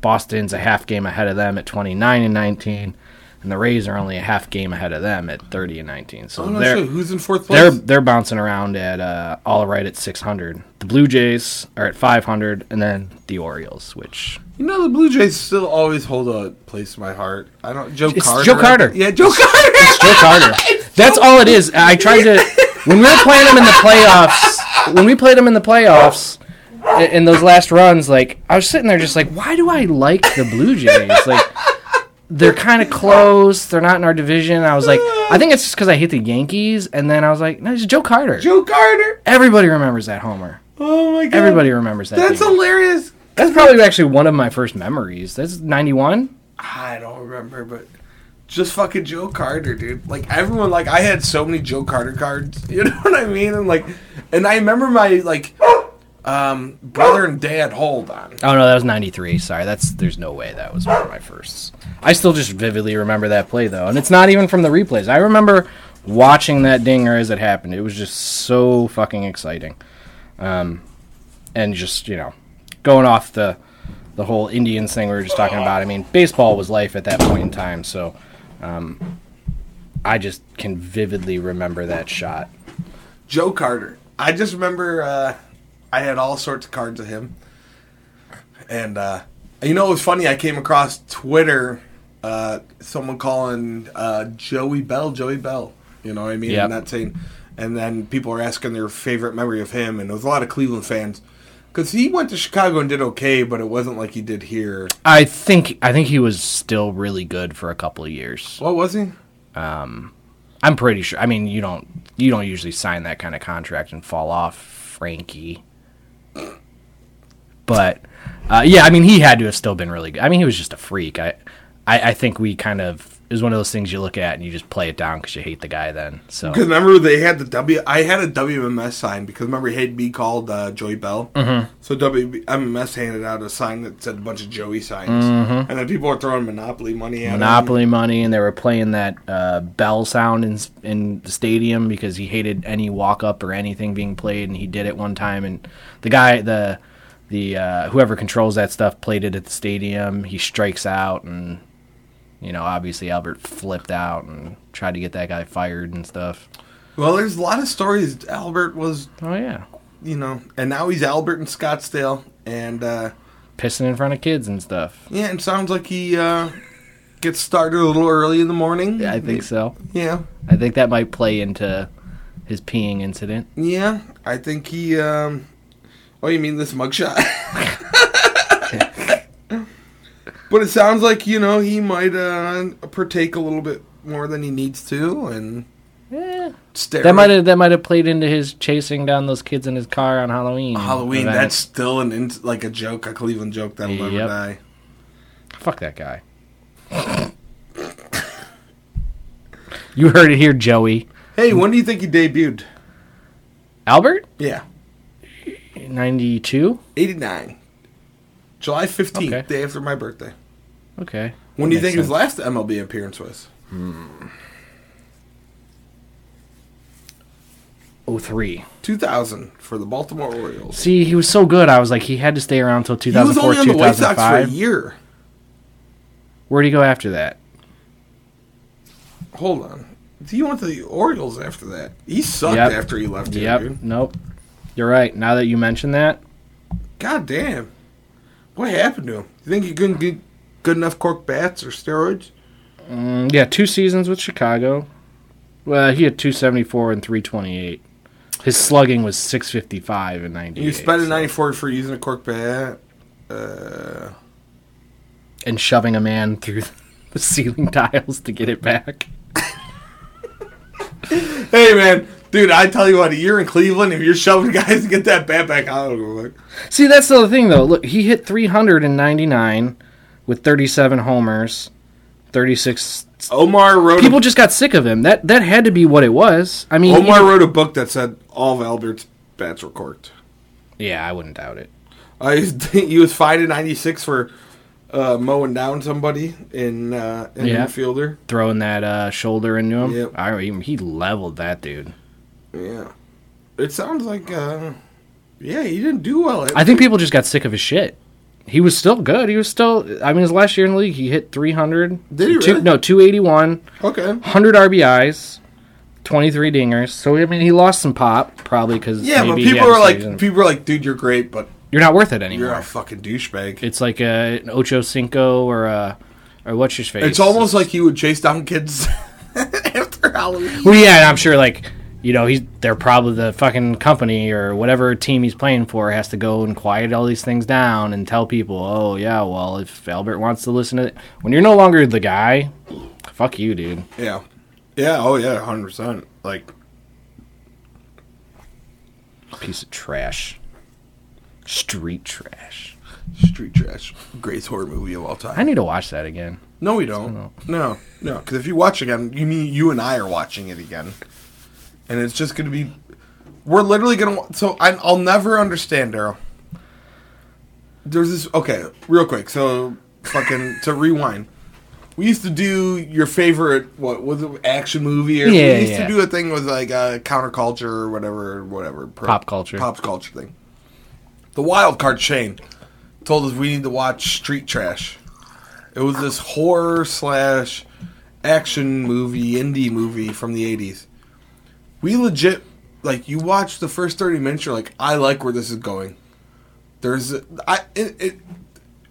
[SPEAKER 2] Boston's a half game ahead of them at 29 and 19, and the Rays are only a half game ahead of them at 30 and 19. So
[SPEAKER 1] I'm not
[SPEAKER 2] they're
[SPEAKER 1] sure who's in fourth
[SPEAKER 2] they're
[SPEAKER 1] place.
[SPEAKER 2] they're bouncing around at uh, all right at 600. The Blue Jays are at 500, and then the Orioles, which
[SPEAKER 1] You know, the Blue Jays still always hold a place in my heart. I don't. Joe
[SPEAKER 2] It's
[SPEAKER 1] Carter.
[SPEAKER 2] Joe
[SPEAKER 1] I
[SPEAKER 2] Carter.
[SPEAKER 1] think- Yeah, Joe Carter.
[SPEAKER 2] Joe Carter. That's all it is. I tried to when we were playing him in the playoffs. When we played him in the playoffs i- in those last runs, like I was sitting there just like, why do I like the Blue Jays?
[SPEAKER 1] [LAUGHS]
[SPEAKER 2] Like they're kind of close. They're not in our division. I was like, I think it's just because I hate the Yankees. And then I was like, no, it's Joe
[SPEAKER 1] [LAUGHS]
[SPEAKER 2] Carter.
[SPEAKER 1] Joe Carter.
[SPEAKER 2] Everybody remembers that homer.
[SPEAKER 1] Oh my god.
[SPEAKER 2] Everybody remembers that.
[SPEAKER 1] That's
[SPEAKER 2] That's,
[SPEAKER 1] hilarious.
[SPEAKER 2] That's probably actually one of my first memories. That's ninety one.
[SPEAKER 1] I don't remember, but just fucking Joe Carter, dude. Like everyone, like I had so many Joe Carter cards. [LAUGHS] You know what I mean? And like, and I remember my like, um, brother and dad. Hold on.
[SPEAKER 2] Oh no, that was '93. Sorry, that's there's no way that was one of my firsts. I still just vividly remember that play though, and it's not even from the replays. I remember watching that dinger as it happened. It was just so fucking exciting, um, and just you know, going off the the whole Indians thing we were just talking about. I mean, baseball was life at that point in time, so um, I just can vividly remember that shot.
[SPEAKER 1] Joe Carter. I just remember uh, I had all sorts of cards of him, and uh, you know it was funny. I came across Twitter, uh, someone calling uh, Joey Bell, Joey Bell. You know what I mean?
[SPEAKER 2] Yep.
[SPEAKER 1] I'm not saying. And then people were asking their favorite memory of him, and there was a lot of Cleveland fans because he went to Chicago and did okay, but it wasn't like he did here.
[SPEAKER 2] I think I think he was still really good for a couple of years.
[SPEAKER 1] What was he?
[SPEAKER 2] I'm pretty sure. I mean, you don't you don't usually sign that kind of contract and fall off, Frankie. But uh, yeah, I mean, he had to have still been really good. I mean, he was just a freak. I I, I think we kind of it was one of those things you look at and you just play it down because you hate the guy then. So
[SPEAKER 1] Because remember they had the W. I had a WMS sign because remember he had me called uh, Joey Bell. Mm-hmm. So WMS handed out a sign that said a bunch of Joey signs, and then people were throwing Monopoly money at him.
[SPEAKER 2] Mm-hmm. Monopoly money, and they were playing that uh, bell sound in in the stadium because he hated any walk up or anything being played, and he did it one time, and the guy the the uh, whoever controls that stuff played it at the stadium. He strikes out, and you know obviously Albert flipped out and tried to get that guy fired and stuff.
[SPEAKER 1] Well, there's a lot of stories. Albert was,
[SPEAKER 2] Oh yeah,
[SPEAKER 1] you know, and now he's Albert in Scottsdale, and uh,
[SPEAKER 2] pissing in front of kids and stuff.
[SPEAKER 1] yeah, it sounds like he uh, gets started a little early in the morning.
[SPEAKER 2] I think so.
[SPEAKER 1] Yeah,
[SPEAKER 2] I think that might play into his peeing incident.
[SPEAKER 1] yeah. I think he. Um, oh, you mean this
[SPEAKER 2] [LAUGHS]
[SPEAKER 1] mugshot? But it sounds like you know he might uh, partake a little bit more than he needs to, and
[SPEAKER 2] Yeah.
[SPEAKER 1] stare
[SPEAKER 2] That might have that might have played into his chasing down those kids in his car on Halloween.
[SPEAKER 1] Halloween.
[SPEAKER 2] event.
[SPEAKER 1] That's still an in- like a joke, a Cleveland joke that'll never
[SPEAKER 2] Yep.
[SPEAKER 1] die.
[SPEAKER 2] fuck that guy. you heard it here, Joey.
[SPEAKER 1] Hey, when do you think he debuted?
[SPEAKER 2] Albert,
[SPEAKER 1] Yeah,
[SPEAKER 2] ninety two.
[SPEAKER 1] eighty nine, July fifteenth,
[SPEAKER 2] Okay.
[SPEAKER 1] day after my birthday.
[SPEAKER 2] Okay.
[SPEAKER 1] When do you
[SPEAKER 2] Makes
[SPEAKER 1] think his last MLB appearance was?
[SPEAKER 2] 03.
[SPEAKER 1] Two thousand for the Baltimore Orioles.
[SPEAKER 2] See, he was so good. I was like, he had to stay around till
[SPEAKER 1] He was
[SPEAKER 2] 2004,
[SPEAKER 1] only on the White Sox for a
[SPEAKER 2] 2005.
[SPEAKER 1] year.
[SPEAKER 2] Where'd he go after that?
[SPEAKER 1] Hold on, he went to the Orioles after that. He sucked
[SPEAKER 2] Yep.
[SPEAKER 1] after he left here,
[SPEAKER 2] Yep.
[SPEAKER 1] dude.
[SPEAKER 2] Nope. You're right. Now that you mention that,
[SPEAKER 1] God damn. What happened to him? You think he couldn't get good enough cork bats or steroids?
[SPEAKER 2] mm, yeah, two seasons with Chicago. Well, he had 274 and 328. His slugging was 655 and 98.
[SPEAKER 1] You spent a
[SPEAKER 2] so-
[SPEAKER 1] 94 for using a cork bat. Uh,
[SPEAKER 2] and shoving a man through [LAUGHS] the ceiling tiles to get it back.
[SPEAKER 1] hey, man. Dude, I tell you what, you're in Cleveland. If you're shoving [LAUGHS] guys to get that bat back out of the
[SPEAKER 2] See, that's the other thing though. Look, he hit 399 with 37 homers, 36
[SPEAKER 1] Omar wrote
[SPEAKER 2] People just got sick of him. That that had to be what it was. I mean,
[SPEAKER 1] Omar wrote a book that said all of Albert's bats were corked.
[SPEAKER 2] yeah, I wouldn't doubt it.
[SPEAKER 1] Uh, he was- [LAUGHS] he was fined in '96 for uh, mowing down somebody in uh, in
[SPEAKER 2] Yeah.
[SPEAKER 1] infielder.
[SPEAKER 2] Throwing that uh, shoulder into him.
[SPEAKER 1] Yep.
[SPEAKER 2] I mean, he leveled that dude.
[SPEAKER 1] Yeah, it sounds like uh, yeah, he didn't do well.
[SPEAKER 2] I think people just got sick of his shit. He was still good. He was still. I mean, his last year in the league, he hit 300.
[SPEAKER 1] Did he
[SPEAKER 2] two-
[SPEAKER 1] really?
[SPEAKER 2] No, 281.
[SPEAKER 1] okay.
[SPEAKER 2] 100 RBIs, 23 dingers. So I mean, he lost some pop probably because
[SPEAKER 1] Yeah, but people were like, people were like, dude, you're great, but
[SPEAKER 2] you're not worth it
[SPEAKER 1] you're
[SPEAKER 2] anymore.
[SPEAKER 1] a fucking douchebag.
[SPEAKER 2] It's like a, an Ocho Cinco or a or what's your face?
[SPEAKER 1] It's almost like he would chase down kids [LAUGHS] after Halloween.
[SPEAKER 2] well, yeah. And I'm sure like you know he's they're probably the fucking company or whatever team he's playing for has to go and quiet all these things down and tell people, oh yeah, well if Albert wants to listen to it, when you're no longer the guy, fuck you, dude.
[SPEAKER 1] Yeah, yeah, oh yeah, hundred percent. Like,
[SPEAKER 2] Piece of trash, street trash.
[SPEAKER 1] Street Trash, greatest horror movie of all time.
[SPEAKER 2] I need to watch that again.
[SPEAKER 1] No, we don't. No, no. Because if you watch again, you mean you and I are watching it again, and it's just going to be. We're literally going to. So I, I'll never understand, Daryl. There's this. Okay, real quick. So fucking to rewind. We used to do your favorite what was it action movie or
[SPEAKER 2] Yeah,
[SPEAKER 1] we used
[SPEAKER 2] yeah.
[SPEAKER 1] to do a thing with like a counterculture or whatever whatever pro-
[SPEAKER 2] Pop culture.
[SPEAKER 1] pop culture thing. The wild card chain told us we need to watch Street Trash. It was this horror slash action movie, indie movie from the eighties. We legit like you watch the first thirty minutes, you're like, I like where this is going. There's a, I it, it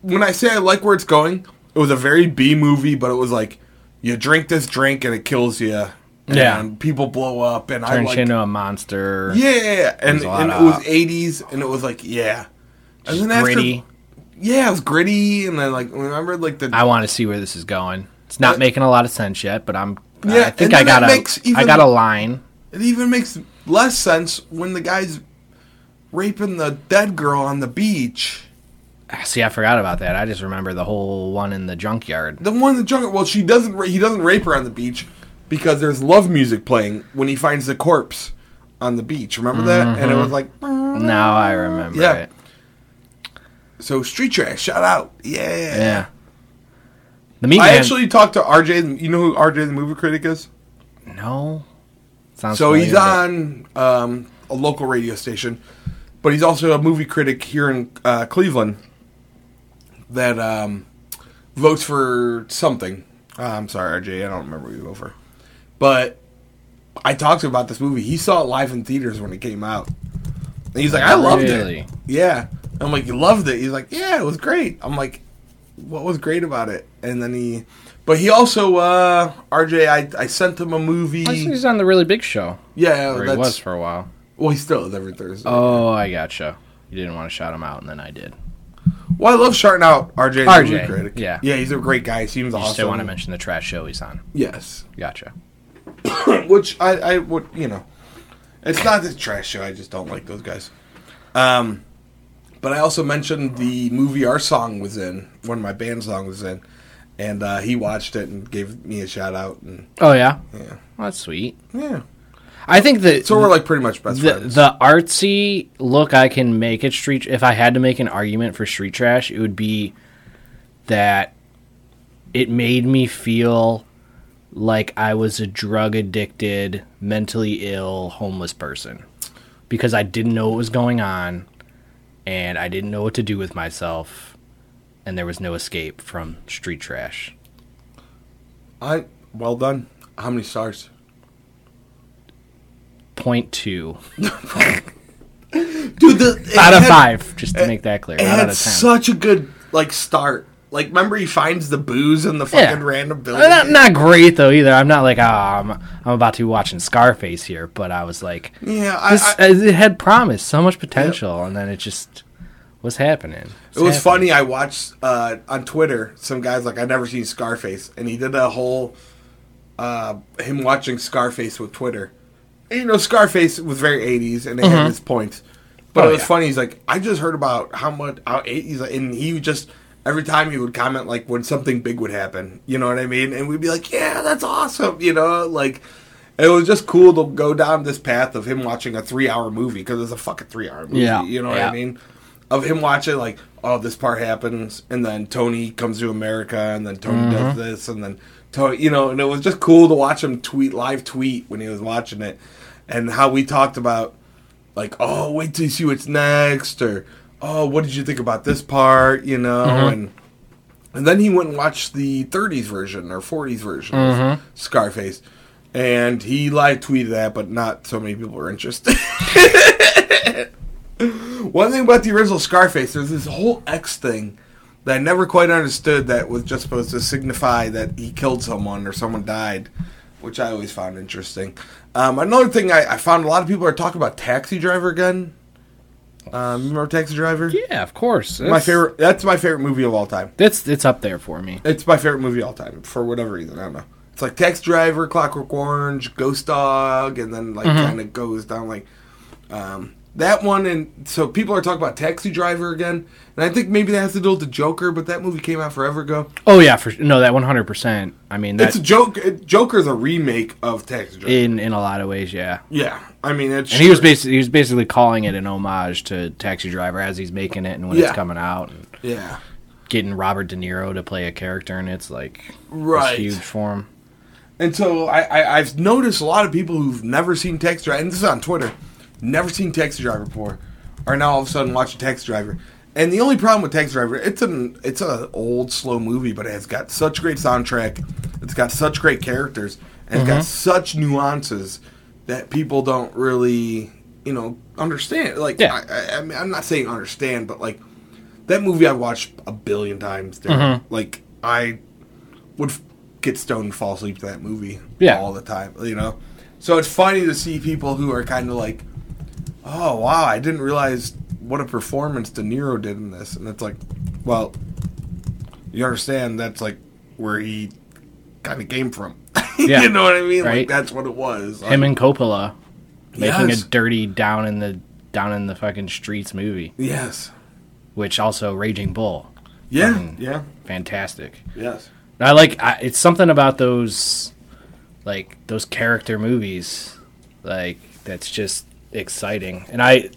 [SPEAKER 1] when I say I like where it's going, it was a very B movie, but it was like you drink this drink and it kills you. And
[SPEAKER 2] Yeah.
[SPEAKER 1] people blow up, and I
[SPEAKER 2] Turns
[SPEAKER 1] like
[SPEAKER 2] you into a monster.
[SPEAKER 1] yeah, yeah, yeah. and,
[SPEAKER 2] There's a lot
[SPEAKER 1] and it
[SPEAKER 2] of-
[SPEAKER 1] was eighties, and it was like yeah, and then after-
[SPEAKER 2] gritty.
[SPEAKER 1] yeah, it was gritty, and then like remember like the
[SPEAKER 2] I want to see where this is going. It's not
[SPEAKER 1] Uh,
[SPEAKER 2] making a lot of sense yet, but I'm.
[SPEAKER 1] Yeah,
[SPEAKER 2] I
[SPEAKER 1] and
[SPEAKER 2] think I
[SPEAKER 1] then
[SPEAKER 2] got
[SPEAKER 1] that
[SPEAKER 2] a.
[SPEAKER 1] makes
[SPEAKER 2] I
[SPEAKER 1] even-
[SPEAKER 2] got a line.
[SPEAKER 1] it even makes less sense when the guy's raping the dead girl on the beach.
[SPEAKER 2] Ah, See, I forgot about that. I just remember the whole one in the junkyard.
[SPEAKER 1] The one in the jungle. Well, she doesn't. ra- He doesn't rape her on the beach because there's love music playing when he finds the corpse on the beach. Remember that? And it was like
[SPEAKER 2] Now I remember
[SPEAKER 1] Yeah.
[SPEAKER 2] it.
[SPEAKER 1] so street trash. Shout out, yeah.
[SPEAKER 2] Yeah. The meat
[SPEAKER 1] I
[SPEAKER 2] man.
[SPEAKER 1] actually talked to RJ. You know who RJ the movie critic is?
[SPEAKER 2] no. Sounds
[SPEAKER 1] So he's
[SPEAKER 2] familiar,
[SPEAKER 1] on um, a local radio station, but he's also a movie critic here in uh, Cleveland that um, votes for something. Uh, I'm sorry, RJ, I don't remember what you vote for. But I talked to him about this movie. He saw it live in theaters when it came out. And he's like, I loved
[SPEAKER 2] Really?
[SPEAKER 1] it. Yeah. I'm like, you loved it? He's like, yeah, it was great. I'm like, what was great about it? And then he, but he also, uh, RJ, I, I sent him a movie.
[SPEAKER 2] but- I think he's on the really big show.
[SPEAKER 1] Yeah,
[SPEAKER 2] Or he
[SPEAKER 1] Oh, that's
[SPEAKER 2] was for a while.
[SPEAKER 1] well. He still is every Thursday.
[SPEAKER 2] Oh, I gotcha. You didn't want to shout him out, and then I did.
[SPEAKER 1] well, I love shouting out RJ. the
[SPEAKER 2] RJ,
[SPEAKER 1] movie critic.
[SPEAKER 2] yeah.
[SPEAKER 1] yeah, he's a great guy. He seems
[SPEAKER 2] You
[SPEAKER 1] awesome.
[SPEAKER 2] still want to mention the trash show he's on?
[SPEAKER 1] Yes,
[SPEAKER 2] Gotcha.
[SPEAKER 1] which I, I would, you know, it's not this trash show. I just don't like those guys. Um, but I also mentioned the movie our song was in, one of my band songs was in, and uh, he watched it and gave me a shout out. And
[SPEAKER 2] Oh yeah.
[SPEAKER 1] yeah,
[SPEAKER 2] Well, that's sweet.
[SPEAKER 1] yeah.
[SPEAKER 2] I think that
[SPEAKER 1] So we're like pretty much best
[SPEAKER 2] the,
[SPEAKER 1] friends.
[SPEAKER 2] the artsy look I can make at street. If I had to make an argument for street trash, it would be that it made me feel like I was a drug addicted, mentally ill, homeless person because I didn't know what was going on and I didn't know what to do with myself, and there was no escape from street trash.
[SPEAKER 1] I well done. How many stars?
[SPEAKER 2] Point two
[SPEAKER 1] Dude, the,
[SPEAKER 2] out
[SPEAKER 1] it
[SPEAKER 2] of
[SPEAKER 1] had-
[SPEAKER 2] five, just to make that clear.
[SPEAKER 1] It
[SPEAKER 2] Not out
[SPEAKER 1] had
[SPEAKER 2] of ten.
[SPEAKER 1] such a good like start, Like, remember he finds the booze in the
[SPEAKER 2] Yeah.
[SPEAKER 1] fucking random building.
[SPEAKER 2] Uh, Not, not great though either. I'm not like oh, I'm I'm about to be watching Scarface here, but I was like,
[SPEAKER 1] yeah, I,
[SPEAKER 2] this, uh,
[SPEAKER 1] I,
[SPEAKER 2] it had promise, so much potential, and then it just was happening.
[SPEAKER 1] it was funny. I watched uh, on Twitter some guys like I never seen Scarface, and he did a whole uh, him watching Scarface with Twitter. And, you know, Scarface was very '80s, and they had his points. But
[SPEAKER 2] Mm-hmm. Oh,
[SPEAKER 1] it was
[SPEAKER 2] yeah.
[SPEAKER 1] funny. He's like, I just heard about how much how '80s, and he would just every time he would comment like when something big would happen. You know what I mean? And we'd be like, Yeah, that's awesome. You know, like it was just cool to go down this path of him watching a three-hour movie because it's a fucking three-hour movie.
[SPEAKER 2] Yeah,
[SPEAKER 1] You know what
[SPEAKER 2] yeah.
[SPEAKER 1] I mean? Of him watching like, oh, this part happens, and then Tony comes to America, and then Tony
[SPEAKER 2] Mm-hmm.
[SPEAKER 1] does this, and then Tony, you know, and it was just cool to watch him tweet live tweet when he was watching it, and how we talked about like, oh, wait till you see what's next, or oh, what did you think about this part, you know,
[SPEAKER 2] Mm-hmm.
[SPEAKER 1] and and then he went and watched the 30s version or 40s version of Scarface, and he live tweeted that, but not so many people were interested. [LAUGHS] One thing about the original Scarface, there's this whole X thing that I never quite understood that was just supposed to signify that he killed someone or someone died, which I always found interesting. Um, another thing I, I found a lot of people are talking about Taxi Driver again. Um, you remember Taxi Driver?
[SPEAKER 2] Yeah, of course.
[SPEAKER 1] My
[SPEAKER 2] That's-
[SPEAKER 1] favorite. That's my favorite movie of all time.
[SPEAKER 2] That's it's up there for me.
[SPEAKER 1] It's my favorite movie of all time for whatever reason. I don't know. It's like Taxi Driver, Clockwork Orange, Ghost Dog, and then
[SPEAKER 2] Mm-hmm.
[SPEAKER 1] like kind of goes down like um, that one. And so people are talking about Taxi Driver again, and I think maybe that has to do with the Joker, but that movie came out forever ago.
[SPEAKER 2] Oh yeah, for no that 100. percent I mean that
[SPEAKER 1] it's a joke. it- Joker's a remake of Taxi Driver.
[SPEAKER 2] in in a lot of ways, yeah.
[SPEAKER 1] yeah, I mean it's
[SPEAKER 2] And he was basically he was basically calling it an homage to Taxi Driver as he's making it and when
[SPEAKER 1] Yeah.
[SPEAKER 2] it's coming out and
[SPEAKER 1] yeah
[SPEAKER 2] getting Robert De Niro to play a character and it's like it's
[SPEAKER 1] right.
[SPEAKER 2] huge for him.
[SPEAKER 1] And so I, I, I've noticed a lot of people who've never seen Taxi Driver, and this is on Twitter, never seen Taxi Driver before, are now all of a sudden watching Taxi Driver. And the only problem with Taxi Driver, it's an it's an old slow movie, but it has got such great soundtrack, it's got such great characters, and it's got such nuances that people don't really you know understand. Like
[SPEAKER 2] Yeah.
[SPEAKER 1] I, I, I mean, I'm not saying understand, but like that movie I watched a billion times. Dude.
[SPEAKER 2] Mm-hmm.
[SPEAKER 1] Like I would f- get stoned and fall asleep to that movie
[SPEAKER 2] Yeah.
[SPEAKER 1] all the time, you know. So it's funny to see people who are kind of like, "Oh wow, I didn't realize what a performance De Niro did in this," and it's like, well, you understand that's like where he kind of came from. [LAUGHS]
[SPEAKER 2] Yeah.
[SPEAKER 1] you know what I mean? Like
[SPEAKER 2] Right.
[SPEAKER 1] that's what it was.
[SPEAKER 2] Him and Coppola making
[SPEAKER 1] Yes.
[SPEAKER 2] a dirty down in the down in the fucking streets movie,
[SPEAKER 1] yes,
[SPEAKER 2] which also Raging Bull,
[SPEAKER 1] yeah,
[SPEAKER 2] Fucking-
[SPEAKER 1] yeah,
[SPEAKER 2] fantastic.
[SPEAKER 1] yes.
[SPEAKER 2] I like I, it's something about those like those character movies like that's just exciting. And I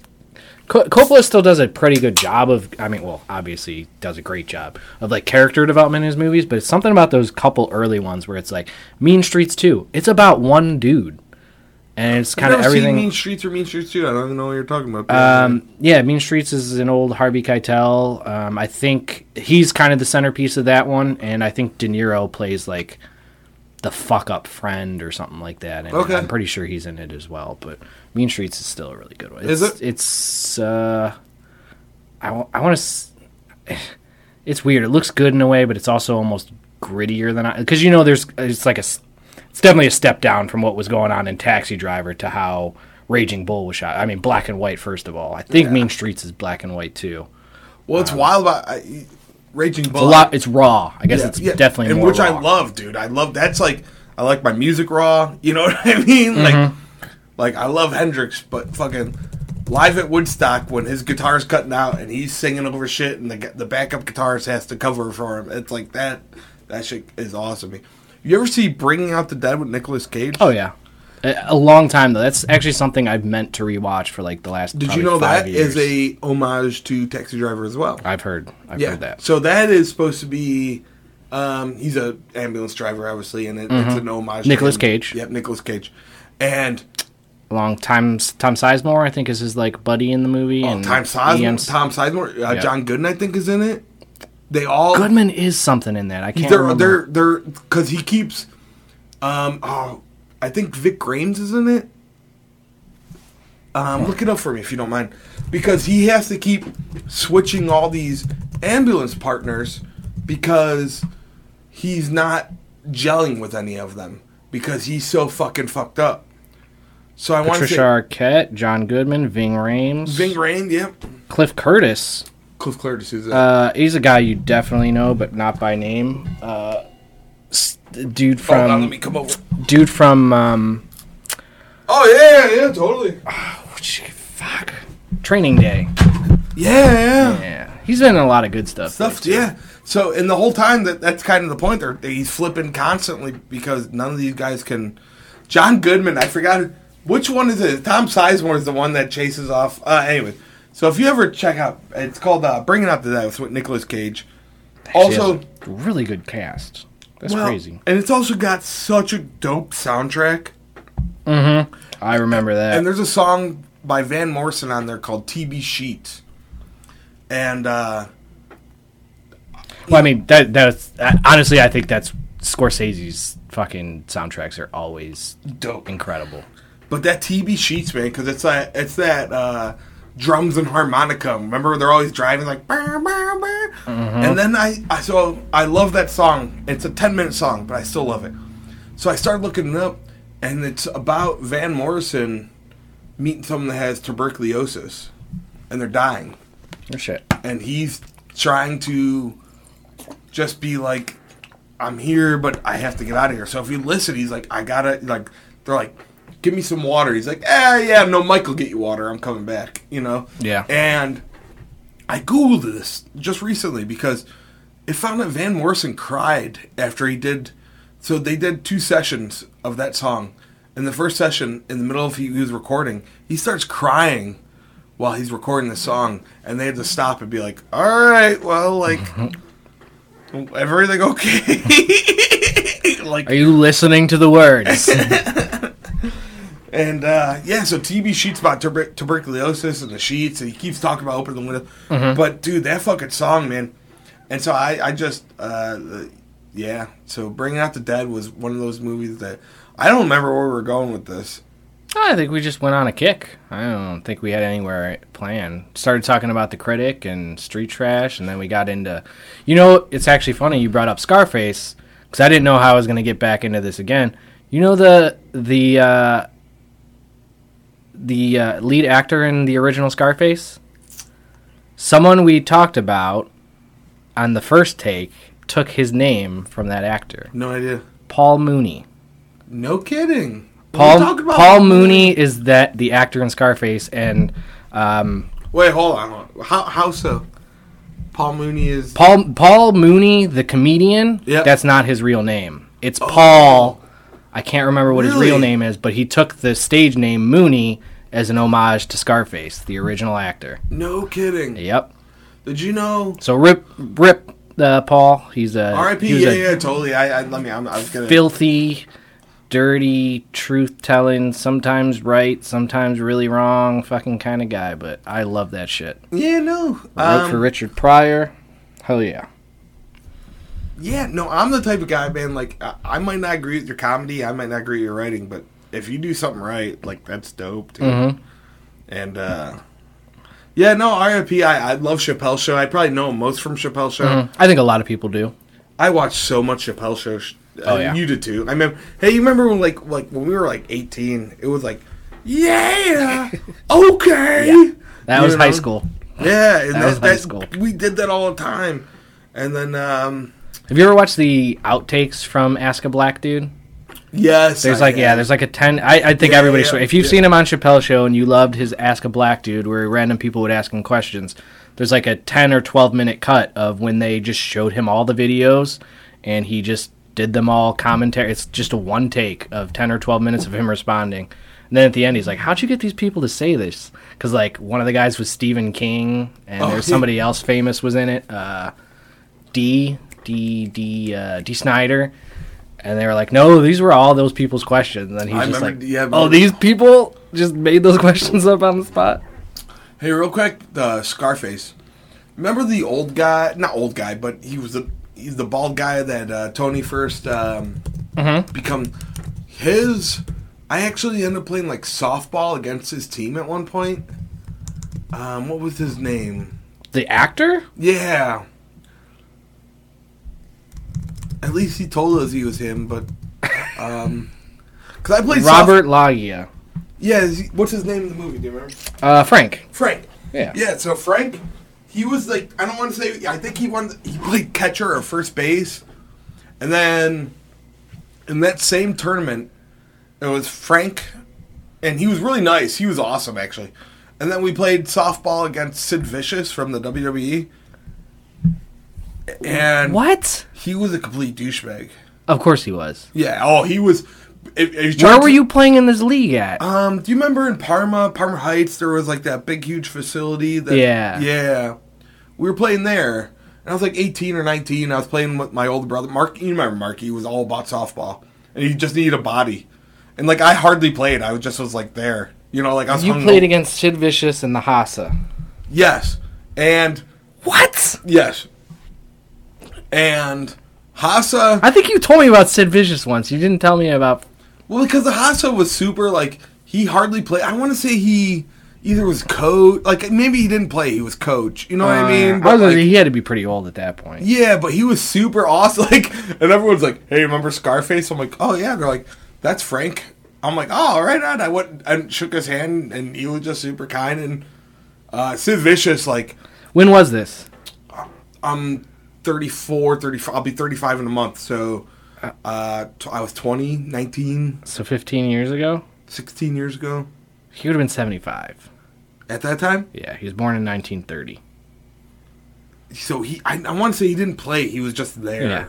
[SPEAKER 2] Co- Coppola still does a pretty good job of I mean, well, obviously he does a great job of like character development in his movies, but it's something about those couple early ones where it's like Mean Streets 2. It's about one dude. And it's kind
[SPEAKER 1] I've
[SPEAKER 2] of
[SPEAKER 1] never
[SPEAKER 2] everything
[SPEAKER 1] Seen mean Streets or Mean Streets Two. I don't even know what you're talking about.
[SPEAKER 2] um, yeah, Mean Streets is an old Harvey Keitel. Um, I think he's kind of the centerpiece of that one, and I think De Niro plays like the fuck up friend or something like that. And
[SPEAKER 1] Okay.
[SPEAKER 2] I'm pretty sure he's in it as well. But Mean Streets is still a really good one.
[SPEAKER 1] Is
[SPEAKER 2] It's,
[SPEAKER 1] it?
[SPEAKER 2] It's uh, I want to. [SIGHS] It's weird. It looks good in a way, but it's also almost grittier than I because you know there's it's like a s- it's definitely a step down from what was going on in Taxi Driver to how Raging Bull was shot. I mean, black and white first of all. I think Mean Streets is black and white too.
[SPEAKER 1] well, it's wild about I, Raging Bull.
[SPEAKER 2] A lot. um, It's raw. I guess it's definitely
[SPEAKER 1] and
[SPEAKER 2] more
[SPEAKER 1] which
[SPEAKER 2] raw.
[SPEAKER 1] I love, dude. I love that's like I like my music raw. You know [LAUGHS] what I mean? Like,
[SPEAKER 2] Mm-hmm.
[SPEAKER 1] like I love Hendrix, but fucking live at Woodstock when his guitar's cutting out and he's singing over shit, and the gu- the backup guitarist has to cover for him. It's like that. That shit is awesome. You ever see Bringing Out the Dead with Nicolas Cage?
[SPEAKER 2] Oh yeah, a, a long time though. That's actually something I've meant to rewatch for like the last.
[SPEAKER 1] did you know that is a homage to Taxi Driver as well?
[SPEAKER 2] I've heard. I've heard that.
[SPEAKER 1] So that is supposed to be. Um, he's a ambulance driver, obviously, and it, it's an homage. to
[SPEAKER 2] Mm-hmm. Nicolas
[SPEAKER 1] him.
[SPEAKER 2] Cage.
[SPEAKER 1] Yep, Nicolas Cage, and
[SPEAKER 2] Along Tom Tom Sizemore, I think, is his like buddy in E the movie.
[SPEAKER 1] oh,
[SPEAKER 2] and
[SPEAKER 1] Tom Sizemore.
[SPEAKER 2] Ian-
[SPEAKER 1] Tom Sizemore, uh,
[SPEAKER 2] Yep.
[SPEAKER 1] John Gooden, I think, is in it. They all
[SPEAKER 2] Goodman is something in that. I can't
[SPEAKER 1] they're
[SPEAKER 2] remember.
[SPEAKER 1] they're they're because he keeps. Um, oh, I think Vic Grimes is in it. Um, look it up for me if you don't mind, because he has to keep switching all these ambulance partners because he's not gelling with any of them because he's so fucking fucked up. So I want to
[SPEAKER 2] Patricia
[SPEAKER 1] say
[SPEAKER 2] Arquette, John Goodman, Ving Rhames,
[SPEAKER 1] Ving Rhames, yep.
[SPEAKER 2] Cliff Curtis.
[SPEAKER 1] Cliff Curtis is that.
[SPEAKER 2] Uh, he's a guy you definitely know, but not by name. Uh, s- dude
[SPEAKER 1] Hold on, Oh, let
[SPEAKER 2] from
[SPEAKER 1] me come over.
[SPEAKER 2] dude from um, oh,
[SPEAKER 1] Oh yeah, yeah, yeah, totally.
[SPEAKER 2] fuck, Training Day.
[SPEAKER 1] Yeah, yeah.
[SPEAKER 2] Yeah, he's been in a lot of good stuff.
[SPEAKER 1] Stuff, yeah. So, and the whole time that that's kind of the point. There, he's flipping constantly because none of these guys can. John Goodman, I forgot which one is it. Tom Sizemore is the one that chases off. Uh, anyway, so if you ever check out, it's called uh, "Bringing Out the Dead" with Nicolas Cage.
[SPEAKER 2] Actually,
[SPEAKER 1] also,
[SPEAKER 2] he has a really good cast. That's
[SPEAKER 1] well,
[SPEAKER 2] crazy.
[SPEAKER 1] and it's also got such a dope soundtrack.
[SPEAKER 2] I remember that.
[SPEAKER 1] And there's a song by Van Morrison on there called "TB Sheet," and uh,
[SPEAKER 2] Well, I mean, that that's I- honestly, I think that's Scorsese's fucking soundtracks are always
[SPEAKER 1] dope.
[SPEAKER 2] incredible.
[SPEAKER 1] But that TB Sheets, man, because it's that it's that uh, drums and harmonica. Remember, they're always driving like, "Bah, bah, bah." and then I, I so I love that song. It's a ten minute song, but I still love it. So I started looking it up, and it's about Van Morrison meeting someone that has tuberculosis, and they're dying,
[SPEAKER 2] Oh, shit.
[SPEAKER 1] and he's trying to just be like, I'm here, but I have to get out of here. So if you listen, he's like, I gotta like. They're like, give me some water. He's like, ah, yeah, no, Mike will get you water. I'm coming back. You know.
[SPEAKER 2] Yeah.
[SPEAKER 1] And I googled this just recently because it found that Van Morrison cried after he did. So they did two sessions of that song. In the first session, in the middle of he was recording, he starts crying while he's recording the song, and they had to stop and be like, "All right, well, like." everything okay? [LAUGHS] like,
[SPEAKER 2] Are you listening to
[SPEAKER 1] [LAUGHS]
[SPEAKER 2] the words?
[SPEAKER 1] and uh, yeah, so TB sheets about tuber- tuberculosis and the sheets, and he keeps talking about opening the window.
[SPEAKER 2] Mm-hmm.
[SPEAKER 1] But dude, that fucking song, man. And so I, I just, uh, yeah. So Bringing Out the Dead was one of those movies that I don't remember where we were going with this.
[SPEAKER 2] I think we just went on a kick. I don't think we had anywhere planned. Started talking about the critic and street trash, and then we got into. You know, it's actually funny you brought up Scarface because I didn't know how I was going to get back into this again. You know the the uh, the uh, lead actor in the original Scarface. Someone we talked about on the first take took his name from that actor,
[SPEAKER 1] No idea.
[SPEAKER 2] Paul Mooney.
[SPEAKER 1] No kidding. What are we
[SPEAKER 2] Paul
[SPEAKER 1] talking about?
[SPEAKER 2] Paul Mooney is that the actor in Scarface, and um,
[SPEAKER 1] Wait, hold on. Hold on. How how so? Paul Mooney is.
[SPEAKER 2] Paul Paul Mooney, the comedian.
[SPEAKER 1] Yep.
[SPEAKER 2] that's not his real name. It's Paul. I can't remember what his real
[SPEAKER 1] Oh. Really?
[SPEAKER 2] name is, but he took the stage name Mooney as an homage to Scarface, the original actor.
[SPEAKER 1] No kidding.
[SPEAKER 2] Yep.
[SPEAKER 1] Did you know?
[SPEAKER 2] So rip rip uh, Paul. He's a
[SPEAKER 1] R.I.P.
[SPEAKER 2] he was
[SPEAKER 1] Yeah,
[SPEAKER 2] a
[SPEAKER 1] yeah, totally. I, I let me. I'm, I was gonna.
[SPEAKER 2] filthy, dirty, truth telling, sometimes right, sometimes really wrong, fucking kind of guy. But I love that shit.
[SPEAKER 1] Yeah, no.
[SPEAKER 2] I wrote
[SPEAKER 1] Um,
[SPEAKER 2] for Richard Pryor. Hell yeah.
[SPEAKER 1] yeah, no. I'm the type of guy, man. Like, I, I might not agree with your comedy, I might not agree with your writing, but if you do something right, like that's dope. Dude.
[SPEAKER 2] Mm-hmm.
[SPEAKER 1] And uh, yeah, no. R.I.P. I, I love Chappelle Show. I probably know him most from Chappelle Show.
[SPEAKER 2] I think a lot of people do.
[SPEAKER 1] I watched so much Chappelle Show. Sh-
[SPEAKER 2] Oh,
[SPEAKER 1] uh,
[SPEAKER 2] yeah.
[SPEAKER 1] you did too. I remember. Hey, you remember when like like when we were like 18? It was like,
[SPEAKER 2] [LAUGHS]
[SPEAKER 1] yeah, okay.
[SPEAKER 2] That
[SPEAKER 1] You
[SPEAKER 2] was high
[SPEAKER 1] know?
[SPEAKER 2] school.
[SPEAKER 1] Yeah, and that,
[SPEAKER 2] was high
[SPEAKER 1] that-
[SPEAKER 2] school.
[SPEAKER 1] We did that all the time. And then um
[SPEAKER 2] Have you ever watched the outtakes from Ask a Black Dude?
[SPEAKER 1] yes,
[SPEAKER 2] There's
[SPEAKER 1] I-
[SPEAKER 2] like, yeah, there's like a 10. I, I think
[SPEAKER 1] Yeah,
[SPEAKER 2] everybody.
[SPEAKER 1] yeah,
[SPEAKER 2] should- if you've
[SPEAKER 1] yeah.
[SPEAKER 2] seen him on Chappelle Show and you loved his Ask a Black Dude, where random people would ask him questions, there's like a 10 or 12 minute cut of when they just showed him all the videos and he just did them all commentary. It's just a one take of 10 or 12 minutes of him responding. And then at the end, he's like, How'd you get these people to say this? Because like one of the guys was Stephen King and
[SPEAKER 1] Oh,
[SPEAKER 2] there was
[SPEAKER 1] yeah.
[SPEAKER 2] somebody else famous was in it. Uh, D D D uh, D Snyder, and they were like, "No, these were all those people's questions." And then he's
[SPEAKER 1] I
[SPEAKER 2] just
[SPEAKER 1] remember-
[SPEAKER 2] like,
[SPEAKER 1] yeah, I
[SPEAKER 2] "Oh,
[SPEAKER 1] remember-
[SPEAKER 2] these people just made those [LAUGHS] questions up on the spot."
[SPEAKER 1] Hey, real quick, the Scarface. Remember the old guy? Not old guy, but he was the he's the bald guy that uh, Tony first um, become his. I actually ended up playing like softball against his team at one point. Um, what was his name?
[SPEAKER 2] The actor?
[SPEAKER 1] Yeah. At least he told us he was him, but um, because I played soft-
[SPEAKER 2] Robert Loggia.
[SPEAKER 1] yeah, is he- what's his name in the movie? Do you remember?
[SPEAKER 2] Uh, Frank.
[SPEAKER 1] Frank.
[SPEAKER 2] Yeah.
[SPEAKER 1] Yeah. So Frank, he was like I don't want to say I think he won. He played catcher or first base, and then in that same tournament, it was Frank, and he was really nice. He was awesome actually. And then we played softball against Sid Vicious from the WWE, and
[SPEAKER 2] What?
[SPEAKER 1] he was a complete douchebag.
[SPEAKER 2] Of course he was.
[SPEAKER 1] Yeah. Oh, he was. If, if
[SPEAKER 2] Where
[SPEAKER 1] tried
[SPEAKER 2] were
[SPEAKER 1] to-
[SPEAKER 2] you playing in this league at?
[SPEAKER 1] Um, do you remember in Parma, Parma Heights, there was like that big, huge facility? That,
[SPEAKER 2] Yeah.
[SPEAKER 1] Yeah. We were playing there. And I was like 18 or 19. I was playing with my older brother, Mark. You remember Mark? He was all about softball. And he just needed a body. And like, I hardly played. I was just was like there. You know, like I was
[SPEAKER 2] you
[SPEAKER 1] hung
[SPEAKER 2] played
[SPEAKER 1] over-
[SPEAKER 2] against Sid Vicious and the Hassa.
[SPEAKER 1] Yes. And
[SPEAKER 2] What?
[SPEAKER 1] yes. And Hassa.
[SPEAKER 2] I think you told me about Sid Vicious once. You didn't tell me about.
[SPEAKER 1] Well, because the Hasa was super like he hardly played. I want to say he either was coach, like maybe he didn't play. He was coach. You know what I mean?
[SPEAKER 2] Uh, I
[SPEAKER 1] But,
[SPEAKER 2] was gonna
[SPEAKER 1] like,
[SPEAKER 2] say he had to be pretty old at that point.
[SPEAKER 1] yeah, but he was super awesome. [LAUGHS] Like, and everyone's like, "Hey, remember Scarface?" I'm like, "Oh yeah." They're like, "That's Frank." I'm like, "Oh, right on." I went and shook his hand, and he was just super kind. And uh, Sid Vicious, like,
[SPEAKER 2] When was this?
[SPEAKER 1] I'm 34, 35. I'll be 35 in a month, so uh, t- I was 20, 19,
[SPEAKER 2] So 15 years ago?
[SPEAKER 1] 16 years ago
[SPEAKER 2] He would have been 75.
[SPEAKER 1] at that time.
[SPEAKER 2] Yeah, he was born in 1930.
[SPEAKER 1] so he I, I want to say he didn't play. He was just there,
[SPEAKER 2] Yeah.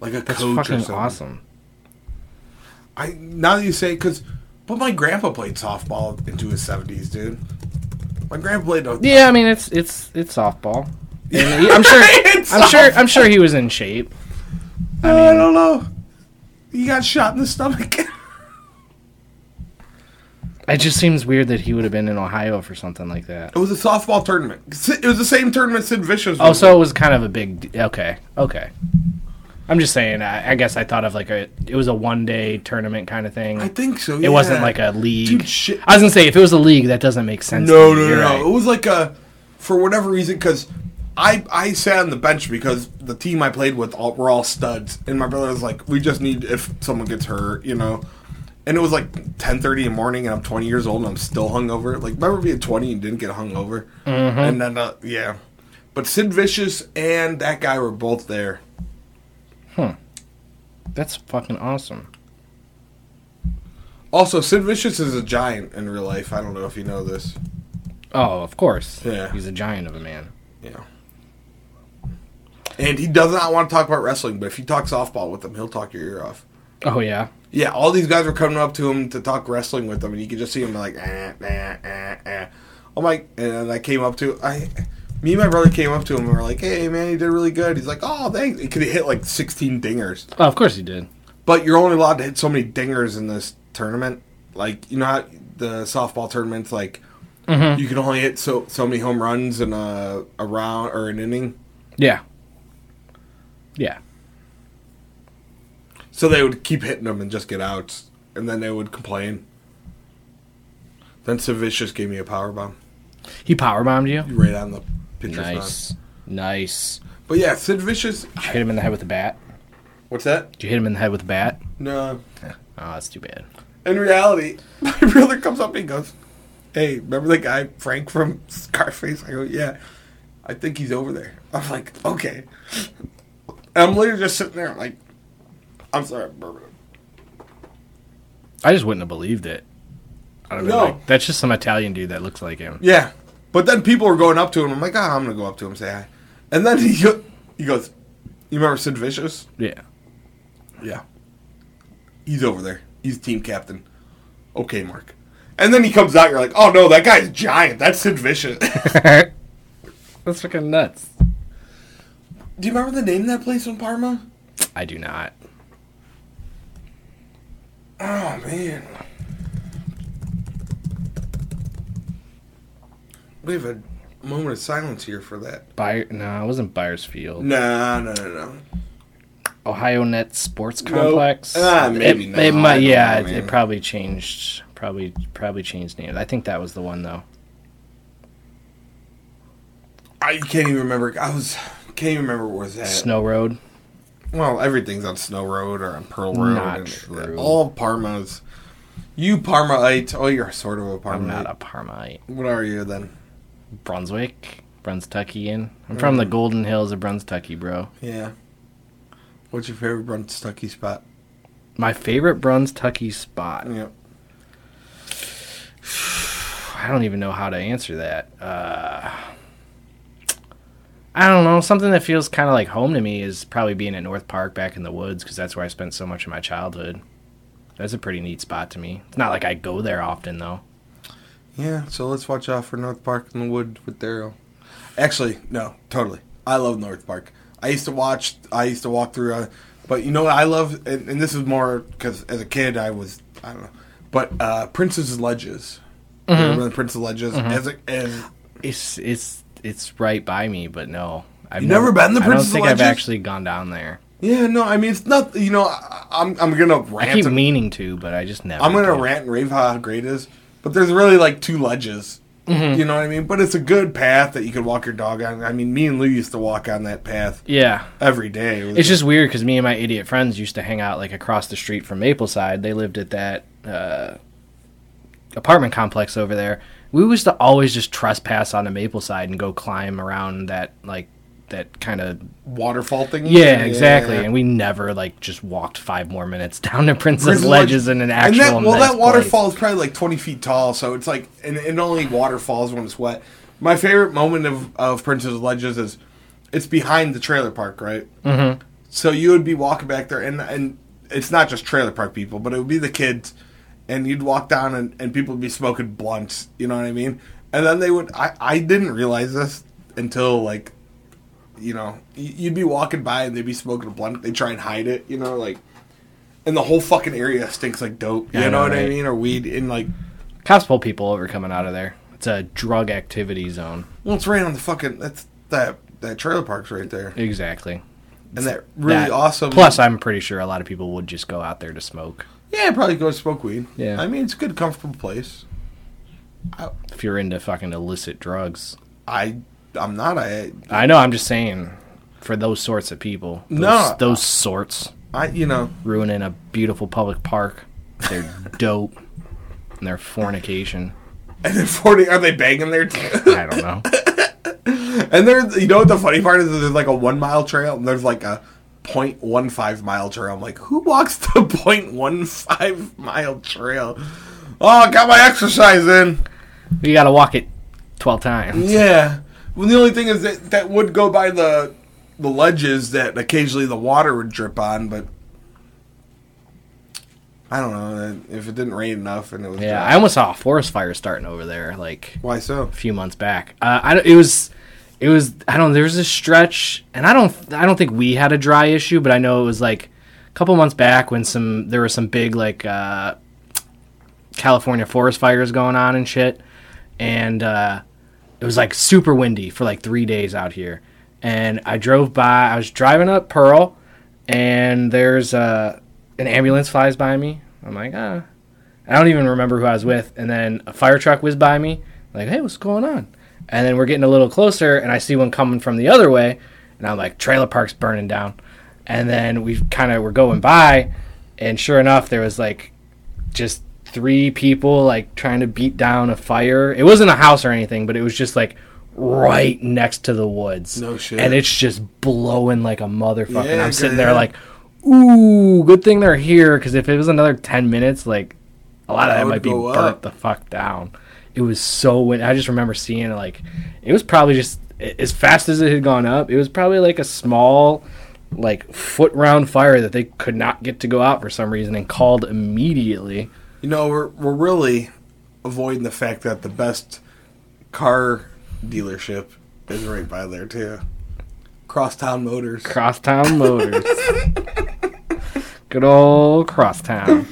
[SPEAKER 1] like a
[SPEAKER 2] That's
[SPEAKER 1] coach or
[SPEAKER 2] fucking
[SPEAKER 1] something.
[SPEAKER 2] awesome.
[SPEAKER 1] I now that you say because, but my grandpa played softball into his seventies, dude. My grandpa played. No,
[SPEAKER 2] Yeah, I mean it's it's it's softball.
[SPEAKER 1] [LAUGHS]
[SPEAKER 2] And he- I'm sure.
[SPEAKER 1] It's
[SPEAKER 2] I'm sure. I'm sure he was in shape.
[SPEAKER 1] I, don't know. He got shot in the stomach. [LAUGHS]
[SPEAKER 2] It just seems weird that he would have been in Ohio for something like that.
[SPEAKER 1] it was a softball tournament. It was the same tournament Sid Vicious.
[SPEAKER 2] Oh,
[SPEAKER 1] was
[SPEAKER 2] so it was kind of a big. d- Okay, okay. I'm just saying. I, I guess I thought of like a. It was a one day tournament kind of thing.
[SPEAKER 1] in. I think so.
[SPEAKER 2] it wasn't like a league.
[SPEAKER 1] Dude, shit.
[SPEAKER 2] I was gonna say if it was a league, that doesn't make sense.
[SPEAKER 1] No,
[SPEAKER 2] to me.
[SPEAKER 1] no, no, no.
[SPEAKER 2] You're right.
[SPEAKER 1] It was like a for whatever reason because I I sat on the bench because the team I played with all, were all studs, and my brother was like, "We just need if someone gets hurt, you know." And it was like ten thirty in the morning, and I'm 20 years old, and I'm still hungover. Like, remember being 20 and didn't get hungover?
[SPEAKER 2] Mm-hmm.
[SPEAKER 1] And then, uh, yeah. But Sid Vicious and that guy were both there.
[SPEAKER 2] That's fucking awesome.
[SPEAKER 1] Also, Sid Vicious is a giant in real life. I don't know if you know this.
[SPEAKER 2] Oh, of course.
[SPEAKER 1] Yeah.
[SPEAKER 2] He's a giant of a man.
[SPEAKER 1] Yeah. And he does not want to talk about wrestling, but if you talk softball with him, he'll talk your ear off.
[SPEAKER 2] Oh yeah.
[SPEAKER 1] Yeah, all these guys were coming up to him to talk wrestling with him, and you could just see him like, eh, eh, eh, eh. I'm like, and I came up to, I, me and my brother came up to him and we're like, hey man, you did really good. He's like, oh thanks. He could hit like 16 dingers,
[SPEAKER 2] Oh, of course he did.
[SPEAKER 1] but you're only allowed to hit so many dingers in this tournament. Like you know how the softball tournaments like. You can only hit so so many home runs in a, a round or an inning.
[SPEAKER 2] Yeah. Yeah.
[SPEAKER 1] So they would keep hitting them and just get out, and then they would complain. Then Savicious gave me a power bomb
[SPEAKER 2] He powerbombed you.
[SPEAKER 1] right on the pitcher's mound.
[SPEAKER 2] Nice. Nice.
[SPEAKER 1] But yeah, Sid Vicious.
[SPEAKER 2] Did you hit him in the head with a bat?
[SPEAKER 1] What's that?
[SPEAKER 2] Did you hit him in the head with a bat?
[SPEAKER 1] No.
[SPEAKER 2] Oh, that's too bad.
[SPEAKER 1] In reality, [LAUGHS] my brother comes up and he goes, "Hey, remember the guy Frank from Scarface?" I go, "Yeah, I think he's over there." I'm like, "Okay." And I'm literally just sitting there, I'm like, "I'm sorry, I'm burping."
[SPEAKER 2] I just wouldn't have believed it. I don't know.
[SPEAKER 1] No.
[SPEAKER 2] Like, that's just some Italian dude that looks like him.
[SPEAKER 1] Yeah, but then people were going up to him. I'm like, ah, I'm gonna go up to him and say hi. And then he go, he goes, you remember Sid Vicious?
[SPEAKER 2] Yeah.
[SPEAKER 1] Yeah. He's over there. He's team captain. Okay, Mark. And then he comes out. You're like, oh no, that guy's giant. That's Sid Vicious. [LAUGHS]
[SPEAKER 2] that's fucking nuts.
[SPEAKER 1] Do you remember the name of that place in Parma?
[SPEAKER 2] I do not.
[SPEAKER 1] Oh man. We have a moment of silence here for that.
[SPEAKER 2] Buyer? No, it wasn't Byersfield.
[SPEAKER 1] No, no, no, no.
[SPEAKER 2] Ohio Net Sports
[SPEAKER 1] Nope.
[SPEAKER 2] Complex.
[SPEAKER 1] Ah, maybe
[SPEAKER 2] it,
[SPEAKER 1] not.
[SPEAKER 2] It
[SPEAKER 1] I
[SPEAKER 2] might,
[SPEAKER 1] don't
[SPEAKER 2] yeah,
[SPEAKER 1] know,
[SPEAKER 2] it,
[SPEAKER 1] man.
[SPEAKER 2] it probably changed. Probably, probably changed name. I think that was the one though.
[SPEAKER 1] I can't even remember. I was can't even remember what was that.
[SPEAKER 2] Snow Road.
[SPEAKER 1] Well, everything's on Snow Road or on Pearl Road.
[SPEAKER 2] Not
[SPEAKER 1] and
[SPEAKER 2] true.
[SPEAKER 1] All Parmas. You Parmaite. Oh, you're sort of a Parmaite.
[SPEAKER 2] I'm not a Parmaite.
[SPEAKER 1] What are you then?
[SPEAKER 2] Brunswick, Brunstuckian. I'm from
[SPEAKER 1] Mm.
[SPEAKER 2] the Golden Hills of Brunstucky, bro.
[SPEAKER 1] Yeah. What's your favorite Brunstucky spot?
[SPEAKER 2] My favorite Brunstucky spot.
[SPEAKER 1] Yep.
[SPEAKER 2] I don't even know how to answer that. Uh, I don't know. Something that feels kind of like home to me is probably being at North Park back in the woods because that's where I spent so much of my childhood. That's a pretty neat spot to me. It's not like I go there often though.
[SPEAKER 1] Yeah, so let's watch out for North Park in the Wood with Daryl. Actually, no, totally. I love North Park. I used to watch. I used to walk through. Uh, but you know what I love, and, and this is more because as a kid I was I don't know, but uh, Prince's Ledges.
[SPEAKER 2] Mm-hmm.
[SPEAKER 1] Remember the Prince's Ledges? As a, and
[SPEAKER 2] It's it's it's right by me, but no. I've
[SPEAKER 1] You never been to
[SPEAKER 2] I don't
[SPEAKER 1] Princess
[SPEAKER 2] think I've
[SPEAKER 1] Legends?
[SPEAKER 2] actually gone down there.
[SPEAKER 1] yeah, no, I mean it's not. You know, I, I'm I'm gonna
[SPEAKER 2] I
[SPEAKER 1] rant.
[SPEAKER 2] keep
[SPEAKER 1] and-
[SPEAKER 2] meaning to, but I just never.
[SPEAKER 1] I'm gonna
[SPEAKER 2] do.
[SPEAKER 1] rant and rave how great it is, but there's really like two ledges.
[SPEAKER 2] Mm-hmm.
[SPEAKER 1] You know what I mean? But it's a good path that you could walk your dog on. I mean, me and Lou used to walk on that path
[SPEAKER 2] Yeah,
[SPEAKER 1] every day. It was
[SPEAKER 2] It's just weird because me and my idiot friends used to hang out like across the street from Mapleside. They lived at that uh, apartment complex over there. We used to always just trespass onto Mapleside and go climb around that like that kind of
[SPEAKER 1] waterfall thing.
[SPEAKER 2] yeah, exactly. And we never like just walked five more minutes [LAUGHS] down to Princess,
[SPEAKER 1] There's a
[SPEAKER 2] Ledges
[SPEAKER 1] ledge-
[SPEAKER 2] in an actual
[SPEAKER 1] that, well,
[SPEAKER 2] nice
[SPEAKER 1] that waterfall is probably like 20 feet tall, so it's like and it only waterfalls when it's wet. My favorite moment of of Princess Ledges is it's behind the trailer park, right? Mm-hmm. So you would be walking back there, and and it's not just trailer park people, but it would be the kids, and you'd walk down, and, and people would be smoking blunts, you know what I mean? And then they would. I I didn't realize this until like you know, y- you'd be walking by and they'd be smoking a blunt. They try and hide it, you know, like, and the whole fucking area stinks like dope. You
[SPEAKER 2] Yeah,
[SPEAKER 1] know
[SPEAKER 2] I know,
[SPEAKER 1] what I
[SPEAKER 2] right?
[SPEAKER 1] mean? Or weed. And like,
[SPEAKER 2] place. Cops pull people over coming out of there. It's a drug activity zone.
[SPEAKER 1] well, it's right on the fucking that's that that trailer park's right there,
[SPEAKER 2] Exactly.
[SPEAKER 1] and that really
[SPEAKER 2] That-
[SPEAKER 1] awesome.
[SPEAKER 2] Plus, I'm pretty sure a lot of people would just go out there to smoke.
[SPEAKER 1] yeah, I'd probably go smoke weed.
[SPEAKER 2] Yeah.
[SPEAKER 1] I mean, it's a good, comfortable place.
[SPEAKER 2] If you're into fucking illicit drugs,
[SPEAKER 1] I I'm not. I
[SPEAKER 2] I know. I'm just saying for those sorts of people. Those,
[SPEAKER 1] No.
[SPEAKER 2] those sorts
[SPEAKER 1] I you know [LAUGHS]
[SPEAKER 2] ruining a beautiful public park. They're dope and their fornication.
[SPEAKER 1] and then forty are they banging there too?
[SPEAKER 2] I don't know.
[SPEAKER 1] and there's you know what the funny part is there's like a one mile trail and there's like a 0.15 mile trail. I'm like, who walks the [LAUGHS] 0.15 mile trail? Oh, I got my exercise in.
[SPEAKER 2] You got to walk it
[SPEAKER 1] [LAUGHS]
[SPEAKER 2] twelve times.
[SPEAKER 1] Yeah. Well, the only thing is that that would go by the the ledges that occasionally the water would drip on, but I don't know if it didn't rain enough and it was
[SPEAKER 2] Yeah,
[SPEAKER 1] dry.
[SPEAKER 2] I almost saw a forest fire starting over there like
[SPEAKER 1] Why so?
[SPEAKER 2] a few months back. Uh, I don't- it was. It was I don't there was a stretch and I don't I don't think we had a dry issue but I know it was like a couple months back when some there were some big like uh, California forest fires going on and shit. And uh, it was like super windy for like three days out here. And I drove by, I was driving up Pearl, and there's uh, an ambulance flies by me. I'm like, ah. I don't even remember who I was with. And then a fire truck whizzed by me, like, hey, what's going on? And then we're getting a little closer, and I see one coming from the other way. And I'm like, trailer park's burning down. And then we kind of were going by, and sure enough, there was like just three people like trying to beat down a fire. It wasn't a house or anything, but it was just like right next to the woods.
[SPEAKER 1] No shit.
[SPEAKER 2] And it's just blowing like a motherfucker. and
[SPEAKER 1] Yeah,
[SPEAKER 2] I'm sitting there
[SPEAKER 1] yeah.
[SPEAKER 2] like, ooh, good thing they're here because if it was another ten minutes, like a lot
[SPEAKER 1] That
[SPEAKER 2] of that
[SPEAKER 1] would
[SPEAKER 2] might be
[SPEAKER 1] go
[SPEAKER 2] burnt
[SPEAKER 1] up.
[SPEAKER 2] the fuck down. It was so win. I just remember seeing it like it was probably just a- as fast as it had gone up. It was probably like a small, like foot round fire that they could not get to go out for some reason and called immediately.
[SPEAKER 1] You know, we're we're really avoiding the fact that the best car dealership is right by there too. Crosstown Motors. [LAUGHS]
[SPEAKER 2] Crosstown Motors. Good old Crosstown.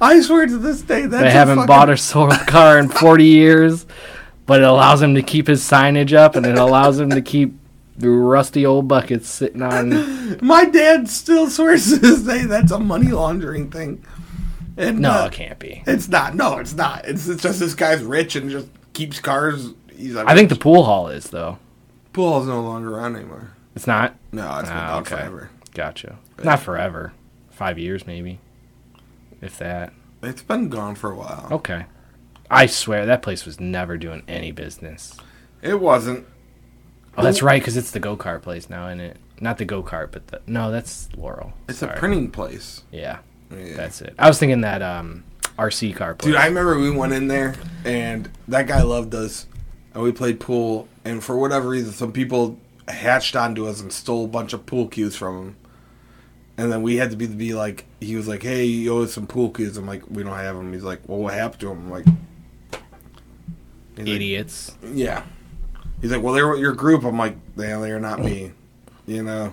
[SPEAKER 1] I swear to this day that's
[SPEAKER 2] They haven't bought or sold a car in 40 years, but it allows him to keep his signage up and it allows him to keep the rusty old buckets sitting on.
[SPEAKER 1] My dad still swears to this day that's a money laundering thing. And
[SPEAKER 2] No,
[SPEAKER 1] uh,
[SPEAKER 2] it can't be.
[SPEAKER 1] it's not. No, it's not. It's, it's just this guy's rich and just keeps cars. He's like,
[SPEAKER 2] I think the pool hall is, though.
[SPEAKER 1] pool hall's no longer around anymore.
[SPEAKER 2] It's not?
[SPEAKER 1] No, it's been
[SPEAKER 2] Ah,
[SPEAKER 1] gone
[SPEAKER 2] okay.
[SPEAKER 1] forever.
[SPEAKER 2] Gotcha. Not forever. Five years, maybe. If that.
[SPEAKER 1] It's been gone for a while.
[SPEAKER 2] Okay. I swear that place was never doing any business.
[SPEAKER 1] It wasn't.
[SPEAKER 2] Oh, that's right, because it's the go kart place now, isn't it? Not the go kart, but the no, that's Laurel.
[SPEAKER 1] It's
[SPEAKER 2] Sorry.
[SPEAKER 1] a printing place.
[SPEAKER 2] Yeah,
[SPEAKER 1] Yeah.
[SPEAKER 2] that's it. I was thinking that um, RC car place.
[SPEAKER 1] Dude, I remember we went in there and that guy loved us and we played pool and for whatever reason some people hatched onto us and stole a bunch of pool cues from him. And then we had to be, be like, he was like, hey, you owe us some pool cues. I'm like, we don't have them. He's like, well, what happened to them? I'm like, He's like,
[SPEAKER 2] Idiots.
[SPEAKER 1] yeah. He's like, well, they were your group. I'm like, yeah, they're not me. You know?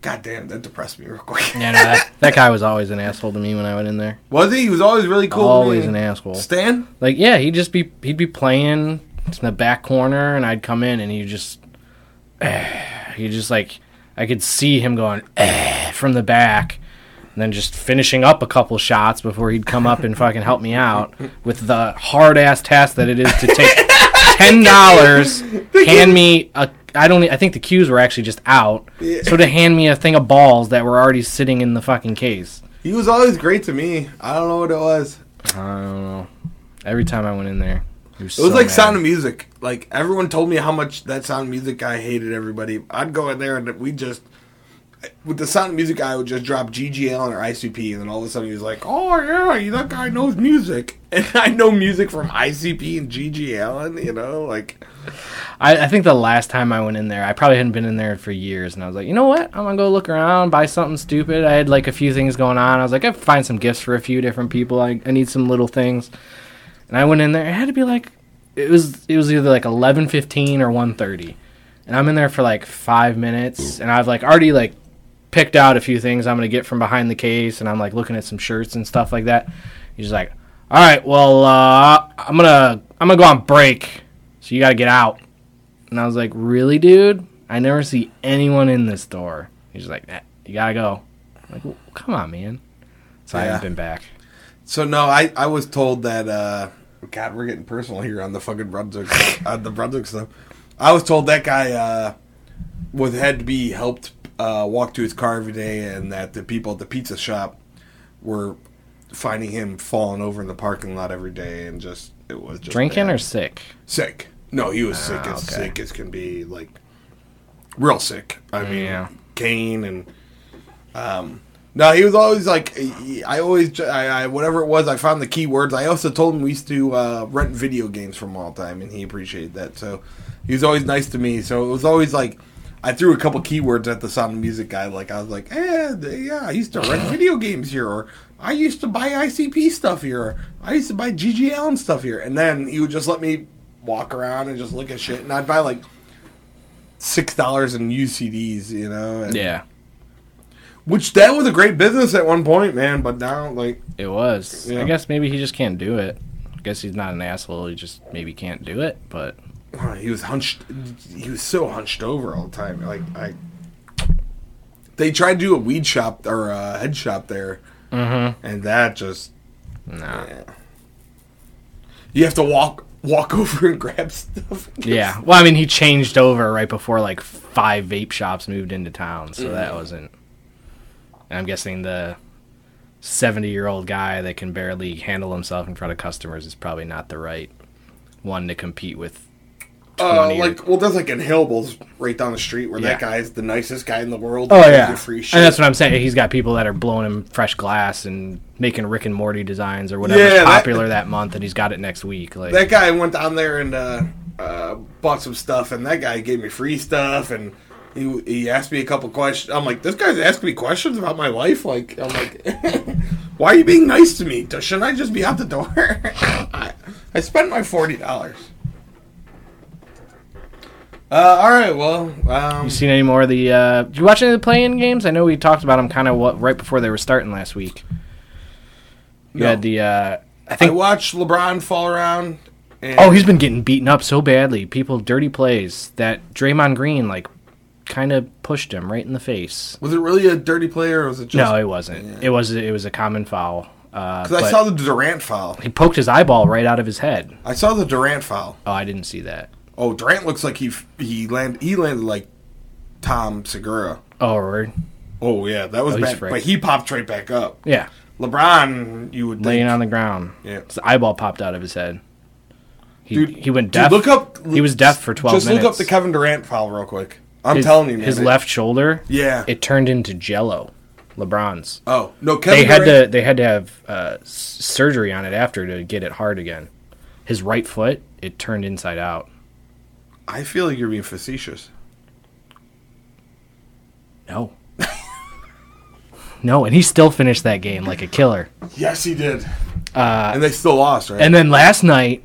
[SPEAKER 1] God damn, that depressed me real quick. [LAUGHS]
[SPEAKER 2] yeah, no, that, that guy was always an asshole to me when I went in there.
[SPEAKER 1] Was he? He was always really cool. to
[SPEAKER 2] always
[SPEAKER 1] me.
[SPEAKER 2] an asshole.
[SPEAKER 1] Stan?
[SPEAKER 2] Like, yeah, he'd just be he'd be playing in the back corner, and I'd come in, and he just [SIGHS] he just like I could see him going [SIGHS] from the back, and then just finishing up a couple shots before he'd come up and fucking help me out with the hard ass task that it is
[SPEAKER 1] [LAUGHS]
[SPEAKER 2] to take ten dollars, hand me a. I don't. e, I think the cues were actually just out. So to hand me a thing of balls that were already sitting in the fucking case.
[SPEAKER 1] He was always great to me. I don't know what it was.
[SPEAKER 2] I don't know. Every time I went in there, it was,
[SPEAKER 1] It was
[SPEAKER 2] so
[SPEAKER 1] like
[SPEAKER 2] mad.
[SPEAKER 1] Sound of Music. Like everyone told me how much that Sound of Music guy hated everybody. I'd go in there and we just with the Sound of Music guy would just drop GGL or ICP, and then all of a sudden he was like, "Oh yeah, that guy knows music," [LAUGHS] and I know music from ICP and GGL, and you know, like
[SPEAKER 2] I, I think the last time I went in there, I probably hadn't been in there for years, and I was like, you know what? I'm gonna go look around, buy something stupid. I had like a few things going on. I was like, I find some gifts for a few different people. I, I need some little things, and I went in there. It had to be like, it was it was either like 11:15 or 1:30, and I'm in there for like five minutes, and I've like already like picked out a few things I'm gonna get from behind the case, and I'm like looking at some shirts and stuff like that. He's just like, all right, well, uh, I'm gonna I'm gonna go on break, so you gotta get out. And I was like, really, dude? I never see anyone in this store. He's like, "Nah, you gotta go. I'm like, well, come on, man. So I
[SPEAKER 1] Yeah.
[SPEAKER 2] haven't been back.
[SPEAKER 1] so. No, I I was told that. uh God, we're getting personal here on the fucking Brunswick on the Brunswick stuff. I was told that guy uh was had to be helped uh, walk to his car every day, and that the people at the pizza shop were finding him falling over in the parking lot every day, and just it was just
[SPEAKER 2] Drinking
[SPEAKER 1] bad.
[SPEAKER 2] or sick?
[SPEAKER 1] sick. No, he was sick as
[SPEAKER 2] okay.
[SPEAKER 1] sick as can be, like real sick. I mean,
[SPEAKER 2] Yeah.
[SPEAKER 1] cane and um. No, he was always like I always I, I whatever it was. I found the keywords. I also told him we used to uh, rent video games from all the time, and he appreciated that. So he was always nice to me. So it was always like. I threw a couple keywords at the sound of music guy. Like I was like, eh, yeah, I used to rent video games here, or I used to buy ICP stuff here, or I used to buy GG Allen stuff here. And then he would just let me walk around and just look at shit, and I'd buy like six dollars in UCDs, you know. And,
[SPEAKER 2] Yeah,
[SPEAKER 1] Which that was a great business at one point, man. But now, like, [SIGHS]
[SPEAKER 2] it was.
[SPEAKER 1] Yeah.
[SPEAKER 2] I guess maybe he just can't do it. I guess he's not an asshole. He just maybe can't do it. But
[SPEAKER 1] he was hunched. He was so hunched over all the time. Like I, they tried to do a weed shop or a head shop there,
[SPEAKER 2] Mm-hmm.
[SPEAKER 1] and that just
[SPEAKER 2] nah.
[SPEAKER 1] yeah. You have to walk walk [LAUGHS] over and grab stuff.
[SPEAKER 2] Yeah. Well, I mean, he changed over right before like five vape shops moved into town, so
[SPEAKER 1] Mm.
[SPEAKER 2] that wasn't. And I'm guessing the 70 year old guy that can barely handle himself in front of customers is probably not the right one to compete with.
[SPEAKER 1] Uh,
[SPEAKER 2] 20 or-
[SPEAKER 1] like well, there's like in Hillables right down the street where that
[SPEAKER 2] Yeah.
[SPEAKER 1] guy is the nicest guy in the world.
[SPEAKER 2] Oh
[SPEAKER 1] He gives
[SPEAKER 2] yeah,
[SPEAKER 1] you free shit.
[SPEAKER 2] and that's what I'm saying. He's got people that are blowing him fresh glass and making Rick and Morty designs or whatever's
[SPEAKER 1] Yeah, that-
[SPEAKER 2] popular that month, and he's got it next week. Like,
[SPEAKER 1] that guy went down there and uh, uh, bought some stuff, and that guy gave me free stuff, and he he asked me a couple questions. I'm like, this guy's asking me questions about my life. Like, I'm like, [LAUGHS] why are you being nice to me? Shouldn't I just be out the door? [LAUGHS] I, I spent my forty dollars. Uh, all right, well, um,
[SPEAKER 2] you seen any more of the? Uh, did you watch any of the play-in games? I know we talked about them kind of what right before they were starting last week. You
[SPEAKER 1] No.
[SPEAKER 2] had the. Uh, I
[SPEAKER 1] I
[SPEAKER 2] think.
[SPEAKER 1] watched LeBron fall around. And
[SPEAKER 2] oh, he's been getting beaten up so badly. People dirty plays that Draymond Green like kind of pushed him right in the face.
[SPEAKER 1] was it really a dirty player, or was it just?
[SPEAKER 2] No, it wasn't. It was it was a common foul. Uh,
[SPEAKER 1] Because I
[SPEAKER 2] but
[SPEAKER 1] saw the Durant foul.
[SPEAKER 2] he poked his eyeball right out of his head.
[SPEAKER 1] I saw the Durant foul.
[SPEAKER 2] Oh, I didn't see that.
[SPEAKER 1] Oh, Durant looks like he he land he landed like Tom Segura.
[SPEAKER 2] Oh, word.
[SPEAKER 1] Oh yeah, that was
[SPEAKER 2] he's
[SPEAKER 1] bad.
[SPEAKER 2] right.
[SPEAKER 1] But he popped right back up.
[SPEAKER 2] Yeah.
[SPEAKER 1] LeBron, you would
[SPEAKER 2] Laying
[SPEAKER 1] think,
[SPEAKER 2] on the ground.
[SPEAKER 1] Yeah.
[SPEAKER 2] His eyeball popped out of his head. He,
[SPEAKER 1] Dude,
[SPEAKER 2] he went
[SPEAKER 1] dude,
[SPEAKER 2] deaf.
[SPEAKER 1] look up.
[SPEAKER 2] He was deaf for 12
[SPEAKER 1] Just
[SPEAKER 2] minutes.
[SPEAKER 1] look up the Kevin Durant foul real quick. I'm
[SPEAKER 2] his,
[SPEAKER 1] telling you, man,
[SPEAKER 2] His
[SPEAKER 1] it-
[SPEAKER 2] left shoulder,
[SPEAKER 1] Yeah.
[SPEAKER 2] it turned into jello. LeBron's.
[SPEAKER 1] oh no, Kevin
[SPEAKER 2] They had
[SPEAKER 1] Durant.
[SPEAKER 2] to they had to have uh, s- surgery on it after to get it hard again. His right foot, it turned inside out.
[SPEAKER 1] I feel like you're being facetious.
[SPEAKER 2] No. no, and he still finished that game like a killer.
[SPEAKER 1] Yes, he did. and they still lost, right?
[SPEAKER 2] Uh, And then last night,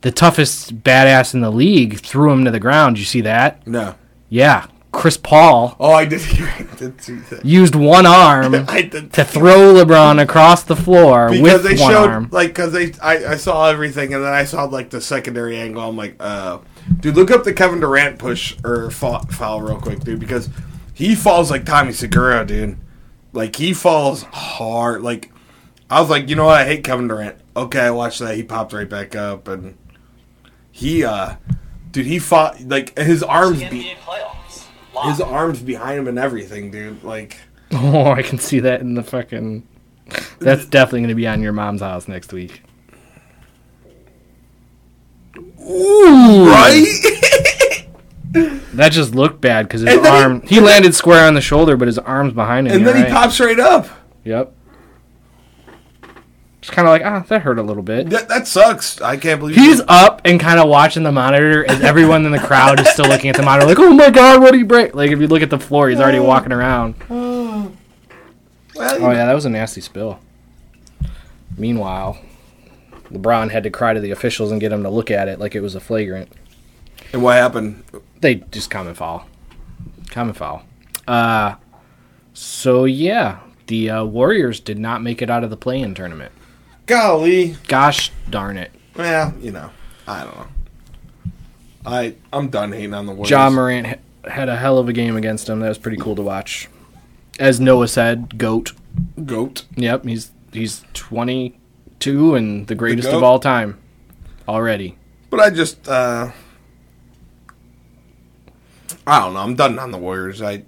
[SPEAKER 2] the toughest badass in the league threw him to the ground. You see that?
[SPEAKER 1] no.
[SPEAKER 2] Yeah. Chris Paul
[SPEAKER 1] Oh, I did. [LAUGHS] I did see that.
[SPEAKER 2] used
[SPEAKER 1] [LAUGHS]
[SPEAKER 2] one arm
[SPEAKER 1] I did.
[SPEAKER 2] to throw LeBron across the floor
[SPEAKER 1] because
[SPEAKER 2] with
[SPEAKER 1] they
[SPEAKER 2] one
[SPEAKER 1] showed
[SPEAKER 2] arm.
[SPEAKER 1] like because they I, I saw everything and then I saw like the secondary angle. I'm like, uh, dude, look up the Kevin Durant push or foul, foul real quick, dude, because he falls like Tommy Segura, dude. Like he falls hard. Like I was like, you know what? I hate Kevin Durant. Okay, I watched that. He popped right back up and he, uh, dude, he fought like his arms be-
[SPEAKER 4] NBA playoffs.
[SPEAKER 1] his
[SPEAKER 4] Live.
[SPEAKER 1] arms behind him and everything, dude. Like.
[SPEAKER 2] Oh, I can see that in the fucking. That's definitely going to be on your mom's house next week. Ooh, That just looked bad because his
[SPEAKER 1] And then he-
[SPEAKER 2] arm. He, landed square on the shoulder, but his arm's behind him.
[SPEAKER 1] [LAUGHS] And
[SPEAKER 2] you're
[SPEAKER 1] then he
[SPEAKER 2] right.
[SPEAKER 1] pops right up.
[SPEAKER 2] Yep. Just kind of like ah, that hurt a little bit.
[SPEAKER 1] That, that sucks. I can't believe
[SPEAKER 2] He's up and kind of watching the monitor, and everyone in the crowd is still looking at the monitor, like, "Oh my god, what did he break?" Like, if you look at the floor, he's already walking around.
[SPEAKER 1] Well, you
[SPEAKER 2] Oh yeah, that was a nasty spill. Meanwhile, LeBron had to cry to the officials and get them to look at it like it was a flagrant.
[SPEAKER 1] And what happened?
[SPEAKER 2] They just come and foul, come and foul. Uh, so yeah, the uh, Warriors did not make it out of the play-in tournament.
[SPEAKER 1] Golly.
[SPEAKER 2] Gosh darn it!
[SPEAKER 1] Well, you know, I don't know. I I'm done hating on the Warriors.
[SPEAKER 2] John Morant h- had a hell of a game against him. That was pretty cool to watch. As Noah said, goat.
[SPEAKER 1] goat.
[SPEAKER 2] Yep, he's he's 22 and the greatest
[SPEAKER 1] goat?
[SPEAKER 2] of all time already.
[SPEAKER 1] But I just uh I don't know. I'm done on the Warriors. I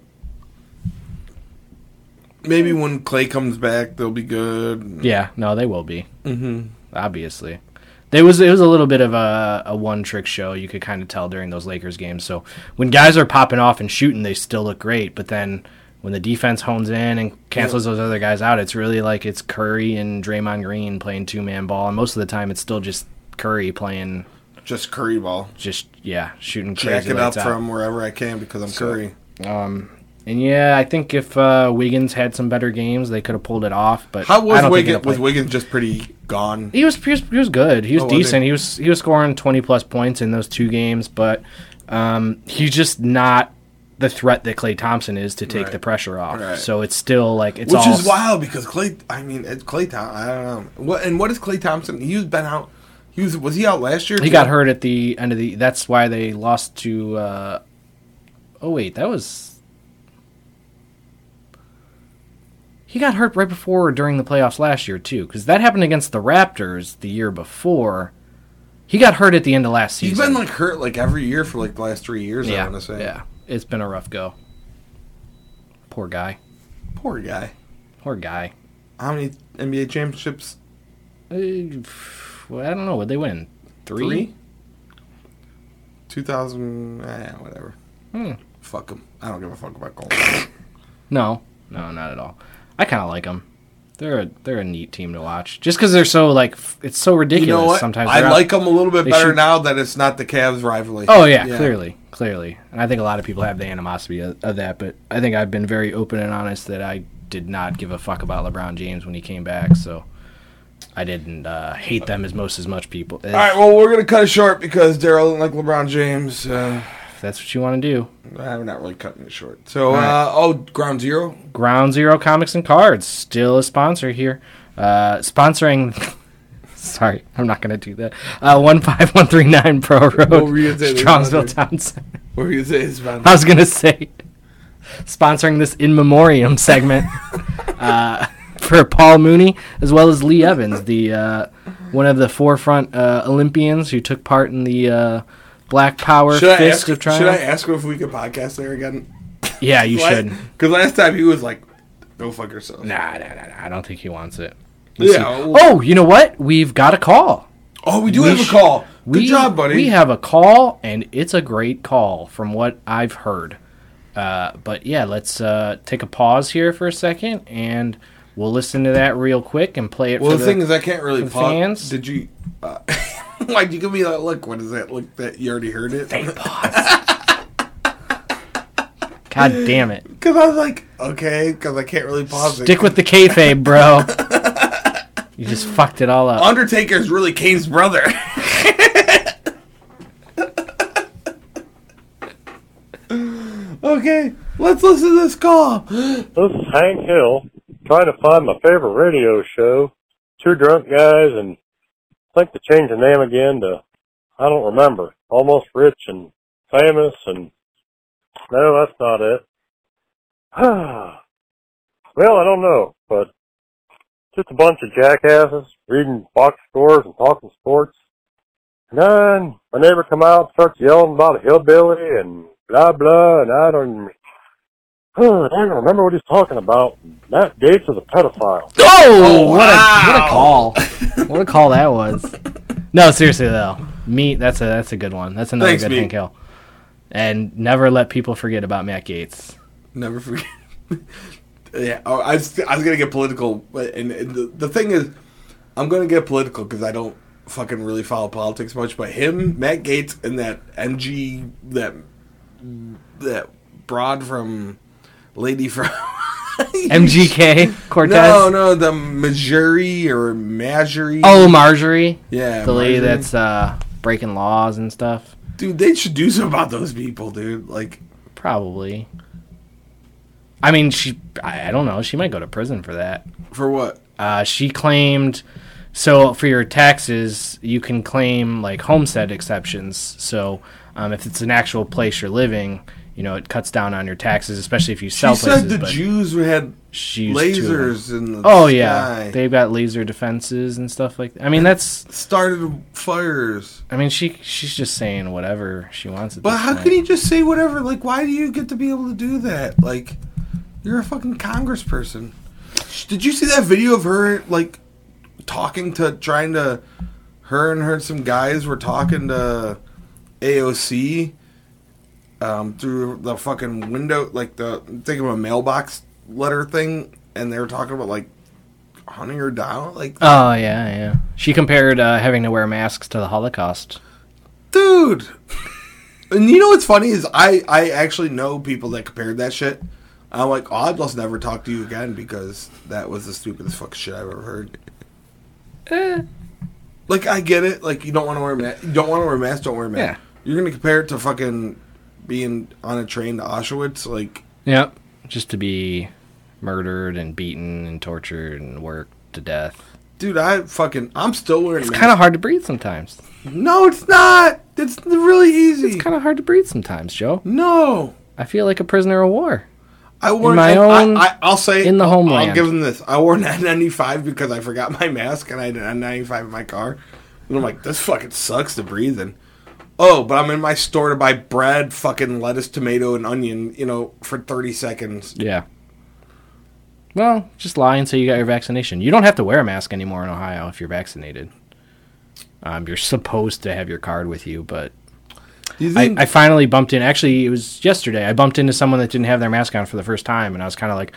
[SPEAKER 1] maybe when Clay comes back, they'll be good.
[SPEAKER 2] Yeah, no, they will be. Mm-hmm. Obviously, there was it was a little bit of a, a one trick show. You could kind of tell during those Lakers games. So when guys are popping off and shooting, they still look great. But then when the defense hones in and cancels those other guys out, it's really like it's Curry and Draymond Green playing two man ball, and most of the time it's still just Curry playing
[SPEAKER 1] Just Curry ball,
[SPEAKER 2] just yeah shooting
[SPEAKER 1] jack
[SPEAKER 2] crazy
[SPEAKER 1] it up
[SPEAKER 2] lights out.
[SPEAKER 1] from wherever I can because I'm Curry.
[SPEAKER 2] And yeah, I think if uh, Wiggins had some better games, they could have pulled it off. But
[SPEAKER 1] How
[SPEAKER 2] I
[SPEAKER 1] was
[SPEAKER 2] don't think it'll
[SPEAKER 1] Wiggins?
[SPEAKER 2] play.
[SPEAKER 1] Was Wiggins just pretty gone?
[SPEAKER 2] he was he was, he was good. He was
[SPEAKER 1] Oh, was he?
[SPEAKER 2] decent. He was he was scoring twenty plus points in those two games, but um, he's just not the threat that Clay Thompson is to take
[SPEAKER 1] Right.
[SPEAKER 2] the pressure off.
[SPEAKER 1] Right.
[SPEAKER 2] So it's still like it's
[SPEAKER 1] Which
[SPEAKER 2] all
[SPEAKER 1] is wild because Clay. I mean, it's Clay Thompson. I don't know. What and what is Clay Thompson? He's been out. He was was he out last year?
[SPEAKER 2] he got hurt at the end of the. That's why they lost to. Uh, oh wait, that was. He got hurt right before or during the playoffs last year too, because that happened against the Raptors the year before. He got hurt at the end of last season.
[SPEAKER 1] He's been like hurt like every year for like the last three years. I
[SPEAKER 2] yeah,
[SPEAKER 1] want to say.
[SPEAKER 2] yeah, it's been a rough go. Poor guy.
[SPEAKER 1] Poor guy.
[SPEAKER 2] Poor guy.
[SPEAKER 1] How many NBA championships?
[SPEAKER 2] Uh, f- well, I don't know. Would they win three?
[SPEAKER 1] Three? Two thousand. Eh, whatever.
[SPEAKER 2] Hmm.
[SPEAKER 1] Fuck him. I don't give a fuck about Golden. State.
[SPEAKER 2] No, no, not at all. I kind of like them. They're a, they're a neat team to watch just because they're so like f- it's so
[SPEAKER 1] you
[SPEAKER 2] ridiculous.
[SPEAKER 1] know what?
[SPEAKER 2] Sometimes
[SPEAKER 1] I
[SPEAKER 2] They're out-
[SPEAKER 1] like him a little bit
[SPEAKER 2] they
[SPEAKER 1] better
[SPEAKER 2] shoot-
[SPEAKER 1] now that it's not the Cavs rivalry.
[SPEAKER 2] Oh yeah, clearly, clearly, and I think a lot of people have the animosity of, of that. But I think I've been very open and honest that I did not give a fuck about LeBron James when he came back. So I didn't uh, hate them as most as much people. If
[SPEAKER 1] All right. Well, we're gonna cut it short because Daryl didn't like LeBron James. Uh,
[SPEAKER 2] that's what you want to do.
[SPEAKER 1] I'm not really cutting it short. So,
[SPEAKER 2] right.
[SPEAKER 1] uh, oh, Ground Zero.
[SPEAKER 2] Ground Zero Comics and Cards, still a sponsor here. Uh, sponsoring. [LAUGHS] Sorry, I'm not going to do that. Uh, 15139 Pro Road,
[SPEAKER 1] were you gonna say?
[SPEAKER 2] Strongsville Town Center.
[SPEAKER 1] What were you gonna say? It's about-
[SPEAKER 2] I was going to say, sponsoring this in
[SPEAKER 1] [LAUGHS]
[SPEAKER 2] memoriam segment uh, for Paul Mooney, as well as Lee Evans, the uh, one of the forefront uh, Olympians who took part in the uh, Black Power
[SPEAKER 1] Should I,
[SPEAKER 2] Fist
[SPEAKER 1] ask,
[SPEAKER 2] of Triumph.
[SPEAKER 1] should I ask him if we could podcast there again?
[SPEAKER 2] Yeah, you should.
[SPEAKER 1] Because last time he was like, "Go fuck yourself."
[SPEAKER 2] Nah, nah, nah, nah, I don't think he wants it.
[SPEAKER 1] Yeah. well-
[SPEAKER 2] Oh, you know what? We've got a call.
[SPEAKER 1] Oh, we do
[SPEAKER 2] we
[SPEAKER 1] have
[SPEAKER 2] sh-
[SPEAKER 1] a call. Good
[SPEAKER 2] we,
[SPEAKER 1] job, buddy.
[SPEAKER 2] We have a call, and it's a great call from what I've heard. Uh, but yeah, let's uh, take a pause here for a second, and we'll listen to that real quick and play it.
[SPEAKER 1] well,
[SPEAKER 2] for
[SPEAKER 1] the, thing is, I can't really
[SPEAKER 2] for the
[SPEAKER 1] pause.
[SPEAKER 2] fans?
[SPEAKER 1] Did you? Uh, [LAUGHS] why'd you give me that look? What is that look? That you already heard it?
[SPEAKER 2] Hey,
[SPEAKER 1] [LAUGHS]
[SPEAKER 2] pause. God damn it!
[SPEAKER 1] Because I was like, okay, because I can't really pause it.
[SPEAKER 2] Stick with the kayfabe,
[SPEAKER 1] [LAUGHS]
[SPEAKER 2] bro. you just fucked it all up.
[SPEAKER 1] Undertaker's really Kane's brother. [LAUGHS] okay, let's listen to this call.
[SPEAKER 4] This is Hank Hill, trying to find my favorite radio show. Two drunk guys, and I think they changed the name again to I don't remember. Almost rich and famous, and no, that's not it. [SIGHS] well, I don't know, but just a bunch of jackasses reading box scores and talking sports. And then my neighbor come out, starts yelling about a hillbilly and blah blah, and I don't Oh, I don't remember what he's talking about. Matt Gates is a pedophile.
[SPEAKER 2] Oh, what, a,
[SPEAKER 1] wow.
[SPEAKER 2] what
[SPEAKER 1] [LAUGHS]
[SPEAKER 2] a call! what a call that was. No, seriously though, me that's a that's a good one. That's another
[SPEAKER 1] Thanks,
[SPEAKER 2] good
[SPEAKER 1] Meat.
[SPEAKER 2] Hank Hill. And never let people forget about Matt Gates.
[SPEAKER 1] Never forget. [LAUGHS] yeah, oh, I was, I was gonna get political, but and, and the, the thing is, I'm gonna get political because I don't fucking really follow politics much. But him, Matt Gates, and that MG, that that broad from lady from [LAUGHS]
[SPEAKER 2] MGK Cortez.
[SPEAKER 1] No, no, the Missouri or Majorie.
[SPEAKER 2] Oh, Marjorie.
[SPEAKER 1] yeah,
[SPEAKER 2] the lady
[SPEAKER 1] Marjorie.
[SPEAKER 2] that's uh, breaking laws and stuff.
[SPEAKER 1] dude. They should do something about those people, dude. Like,
[SPEAKER 2] Probably. I mean, she. I, I don't know. She might go to prison for that.
[SPEAKER 1] for what?
[SPEAKER 2] Uh, she claimed. So for your taxes, you can claim like homestead exceptions. So um, if it's an actual place you're living, you know it cuts down on your taxes, especially if you
[SPEAKER 1] She
[SPEAKER 2] sell
[SPEAKER 1] said
[SPEAKER 2] places.
[SPEAKER 1] the
[SPEAKER 2] but
[SPEAKER 1] Jews had
[SPEAKER 2] she used two of them.
[SPEAKER 1] lasers in the
[SPEAKER 2] Oh yeah,
[SPEAKER 1] sky.
[SPEAKER 2] they've got laser defenses and stuff like. that. I mean, that's.
[SPEAKER 1] started fires.
[SPEAKER 2] I mean, she she's just saying whatever she wants. At
[SPEAKER 1] But
[SPEAKER 2] this
[SPEAKER 1] how
[SPEAKER 2] point.
[SPEAKER 1] can you just say whatever? Like, why do you get to be able to do that? Like, you're a fucking congressperson. Sh- Did you see that video of her, like, talking to, trying to, her and her, some guys were talking to AOC um, through the fucking window, like the, think of a mailbox letter thing, and they were talking about, like, hunting her down? Like,
[SPEAKER 2] Oh yeah, yeah. She compared uh, having to wear masks to the Holocaust.
[SPEAKER 1] dude. And you know what's funny is I I actually know people that compared that shit. I'm like, oh, I'd just never talk to you again because that was the stupidest fucking shit I've ever heard. Like I get it. Like you don't want to wear a mask. You don't want to wear a mask. Don't wear a mask. You're gonna compare it to fucking being on a train to Auschwitz. Like
[SPEAKER 2] Yep. Just to be murdered and beaten and tortured and worked to death.
[SPEAKER 1] dude, I fucking I'm still wearing.
[SPEAKER 2] It's
[SPEAKER 1] a
[SPEAKER 2] kind of
[SPEAKER 1] mask.
[SPEAKER 2] hard to breathe [LAUGHS] sometimes.
[SPEAKER 1] no, it's not. It's really easy.
[SPEAKER 2] It's kind of hard to breathe sometimes, Joe.
[SPEAKER 1] no.
[SPEAKER 2] I feel like a prisoner of war.
[SPEAKER 1] I wore
[SPEAKER 2] my
[SPEAKER 1] an-
[SPEAKER 2] own-
[SPEAKER 1] I, I, I'll say
[SPEAKER 2] in the
[SPEAKER 1] I'll-
[SPEAKER 2] homeland.
[SPEAKER 1] I'll give them this. I wore an N95 because I forgot my mask and I had an N95 in my car, and I'm like, this fucking sucks to breathe in. Oh, but I'm in my store to buy bread, fucking lettuce, tomato, and onion. You know, for 30 seconds.
[SPEAKER 2] Yeah. Well, just lie and say you got your vaccination. You don't have to wear a mask anymore in Ohio if you're vaccinated. Um, you're supposed to have your card with you, but
[SPEAKER 1] Do you
[SPEAKER 2] I,
[SPEAKER 1] think?
[SPEAKER 2] I finally bumped in. Actually, it was yesterday. I bumped into someone that didn't have their mask on for the first time, and I was kind of like,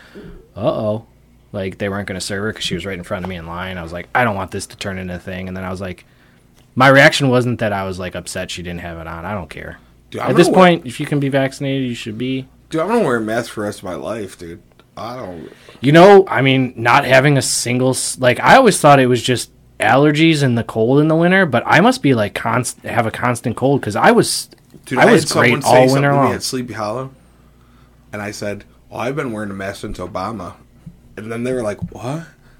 [SPEAKER 2] "Uh oh," like they weren't going to serve her because she was right in front of me in line. I was like, "I don't want this to turn into a thing." And then I was like, my reaction wasn't that I was like upset she didn't have it on. I don't care.
[SPEAKER 1] dude,
[SPEAKER 2] At
[SPEAKER 1] I'm
[SPEAKER 2] this
[SPEAKER 1] gonna
[SPEAKER 2] point, if you can be vaccinated, you should be.
[SPEAKER 1] wear, dude, I'm gonna wear a mask for the rest of my life, dude. I don't.
[SPEAKER 2] You know, I mean, not having a single s- like I always thought it was just allergies and the cold in the winter, but I must be like const have a constant cold because I was
[SPEAKER 1] Dude,
[SPEAKER 2] I was great all
[SPEAKER 1] something
[SPEAKER 2] winter
[SPEAKER 1] to me
[SPEAKER 2] long.
[SPEAKER 1] at Sleepy Hollow, and I said, "Well, I've been wearing a mask since Obama," and then they were like, "What?"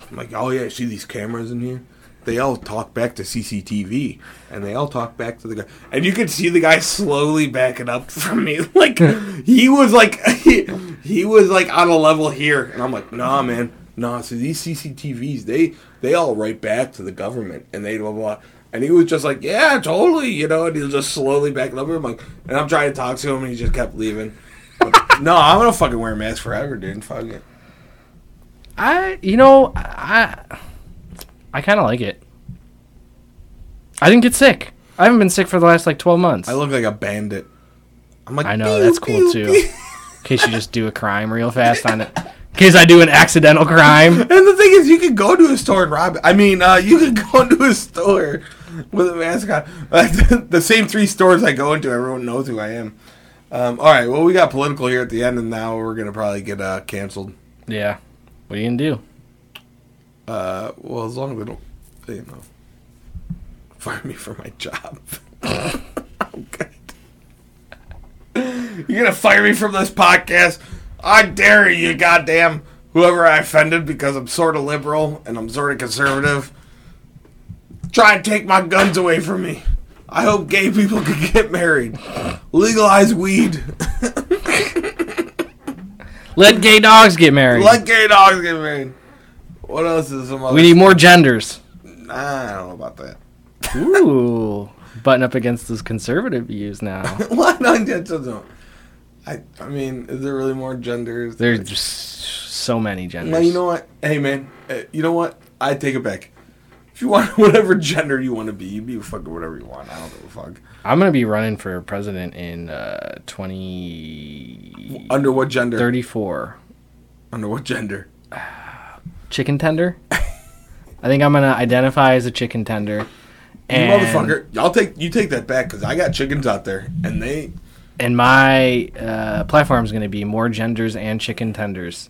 [SPEAKER 1] I'm like, "Oh yeah, see these cameras in here." They all talk back to CCTV, and they all talk back to the guy, and you could see the guy slowly backing up [LAUGHS] from me. Like he was like [LAUGHS] he, he was like on a level here, and I'm like, "Nah, man, nah." So these CCTVs, they they all write back to the government, and they blah blah. blah. And he was just like, "Yeah, totally," you know. And he was just slowly backing up. I'm like, and I'm trying to talk to him, and he just kept leaving. But [LAUGHS] No, I'm gonna fucking wear a mask forever, dude. Fuck it.
[SPEAKER 2] I you know I I kind of like it. I didn't get sick. I haven't been sick for the last like 12 months.
[SPEAKER 1] I look like a bandit. I'm like,
[SPEAKER 2] I know
[SPEAKER 1] "Pew,
[SPEAKER 2] that's cool
[SPEAKER 1] pew,
[SPEAKER 2] too.
[SPEAKER 1] pew." [LAUGHS]
[SPEAKER 2] In case you just do a crime real fast on it. In case I do an accidental crime.
[SPEAKER 1] And the thing is, you could go to a store and rob. It. I mean, uh, you could [LAUGHS] go into a store with a mask on. Like [LAUGHS] the, same three stores I go into, everyone knows who I am. Um, all right, well, we got political here at the end, and now we're gonna probably get uh, canceled.
[SPEAKER 2] Yeah. What are you gonna do?
[SPEAKER 1] Uh, well, as long as they don't, you know, fire me for my job. [LAUGHS] I'm good. You're gonna fire me from this podcast? I dare you, goddamn! Whoever I offended because I'm sort of liberal and I'm sort of conservative, try and take my guns away from me. I hope gay people [LAUGHS] can get married. Legalize weed. [LAUGHS]
[SPEAKER 2] Let gay dogs get married.
[SPEAKER 1] Let gay dogs get married. What else is some other?
[SPEAKER 2] we need more genders.
[SPEAKER 1] I don't know about that.
[SPEAKER 2] Ooh. [LAUGHS] Button up against those conservative views now.
[SPEAKER 1] [LAUGHS] Why not gender? I I mean, is there really more genders?
[SPEAKER 2] There's just so many genders.
[SPEAKER 1] No, you know what? Hey, man, eh, you know what? I take it back. If you want [LAUGHS] whatever gender you want to be, you be fucking whatever you want. I don't give a fuck.
[SPEAKER 2] I'm gonna be running for president in uh, 2034.
[SPEAKER 1] Under what gender? Under what gender?
[SPEAKER 2] Chicken tender. I think I'm gonna identify as a chicken tender. And,
[SPEAKER 1] Motherfucker, I'll take you take that back because I got chickens out there and they.
[SPEAKER 2] And my uh, platform is gonna be more genders and chicken tenders.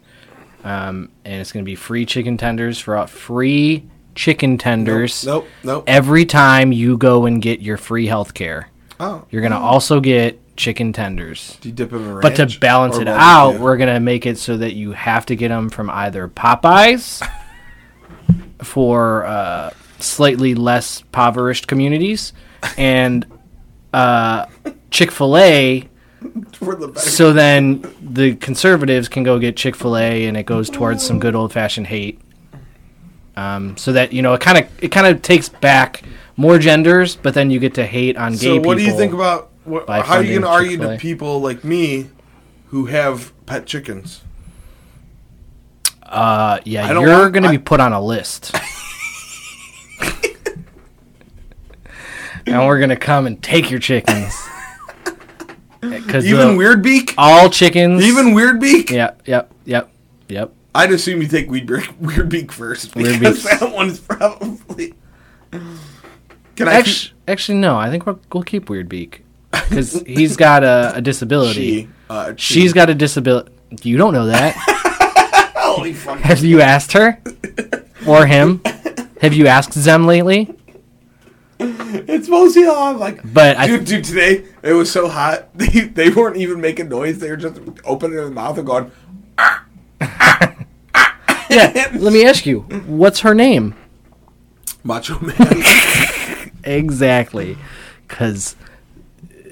[SPEAKER 2] Um, and it's gonna be free chicken tenders for all, free chicken tenders.
[SPEAKER 1] Nope, nope.
[SPEAKER 2] Every time you go and get your free health care,
[SPEAKER 1] Oh,
[SPEAKER 2] you're gonna also get chicken tenders.
[SPEAKER 1] do you dip them in ranch?
[SPEAKER 2] But to balance
[SPEAKER 1] or
[SPEAKER 2] it
[SPEAKER 1] barbecue? [LAUGHS]
[SPEAKER 2] out, we're gonna make it so that you have to get them from either Popeyes [LAUGHS] for uh, slightly less impoverished communities, and uh, Chick Fil A.
[SPEAKER 1] For the better-
[SPEAKER 2] So then the conservatives can go get Chick Fil A, and it goes towards some good old fashioned hate. Um, so that you know, it kind of it kind of takes back more genders, but then you get to hate on gay
[SPEAKER 1] So
[SPEAKER 2] people.
[SPEAKER 1] what do you think about what,
[SPEAKER 2] by
[SPEAKER 1] how are you going
[SPEAKER 2] funding
[SPEAKER 1] to argue
[SPEAKER 2] Chick-fil-A.
[SPEAKER 1] to people like me who have pet chickens?
[SPEAKER 2] Uh, yeah,
[SPEAKER 1] I don't
[SPEAKER 2] you're
[SPEAKER 1] want-
[SPEAKER 2] going to
[SPEAKER 1] I-
[SPEAKER 2] be put on
[SPEAKER 1] [LAUGHS]
[SPEAKER 2] a list. and we're going to come and take
[SPEAKER 1] [LAUGHS]
[SPEAKER 2] your chickens. Cuz
[SPEAKER 1] Even weird beak?
[SPEAKER 2] all chickens
[SPEAKER 1] Even Weird Beak?
[SPEAKER 2] Yep, yep, yep. Yep.
[SPEAKER 1] I'd assume you take Weird Beak, [LAUGHS] Weird Beak first because
[SPEAKER 2] Weird Beak.
[SPEAKER 1] that one's probably. Can I?
[SPEAKER 2] Actually, actually no, I think we'll, we'll keep
[SPEAKER 1] [LAUGHS]
[SPEAKER 2] Weird Beak cuz he's got a, a disability.
[SPEAKER 1] she, uh, she.
[SPEAKER 2] She's got a disability. You don't know that.
[SPEAKER 1] holy fuck.
[SPEAKER 2] Have you asked her
[SPEAKER 1] [LAUGHS]
[SPEAKER 2] or him? Have you asked them lately?
[SPEAKER 1] It's mostly all I'm like.
[SPEAKER 2] But I
[SPEAKER 1] Dude, dude, today it was so hot. [LAUGHS] They, they weren't even making noise. They were just opening their mouth and going. [LAUGHS]
[SPEAKER 2] yeah, let me ask you, what's her name?
[SPEAKER 1] Macho man. [LAUGHS]
[SPEAKER 2] Exactly. Because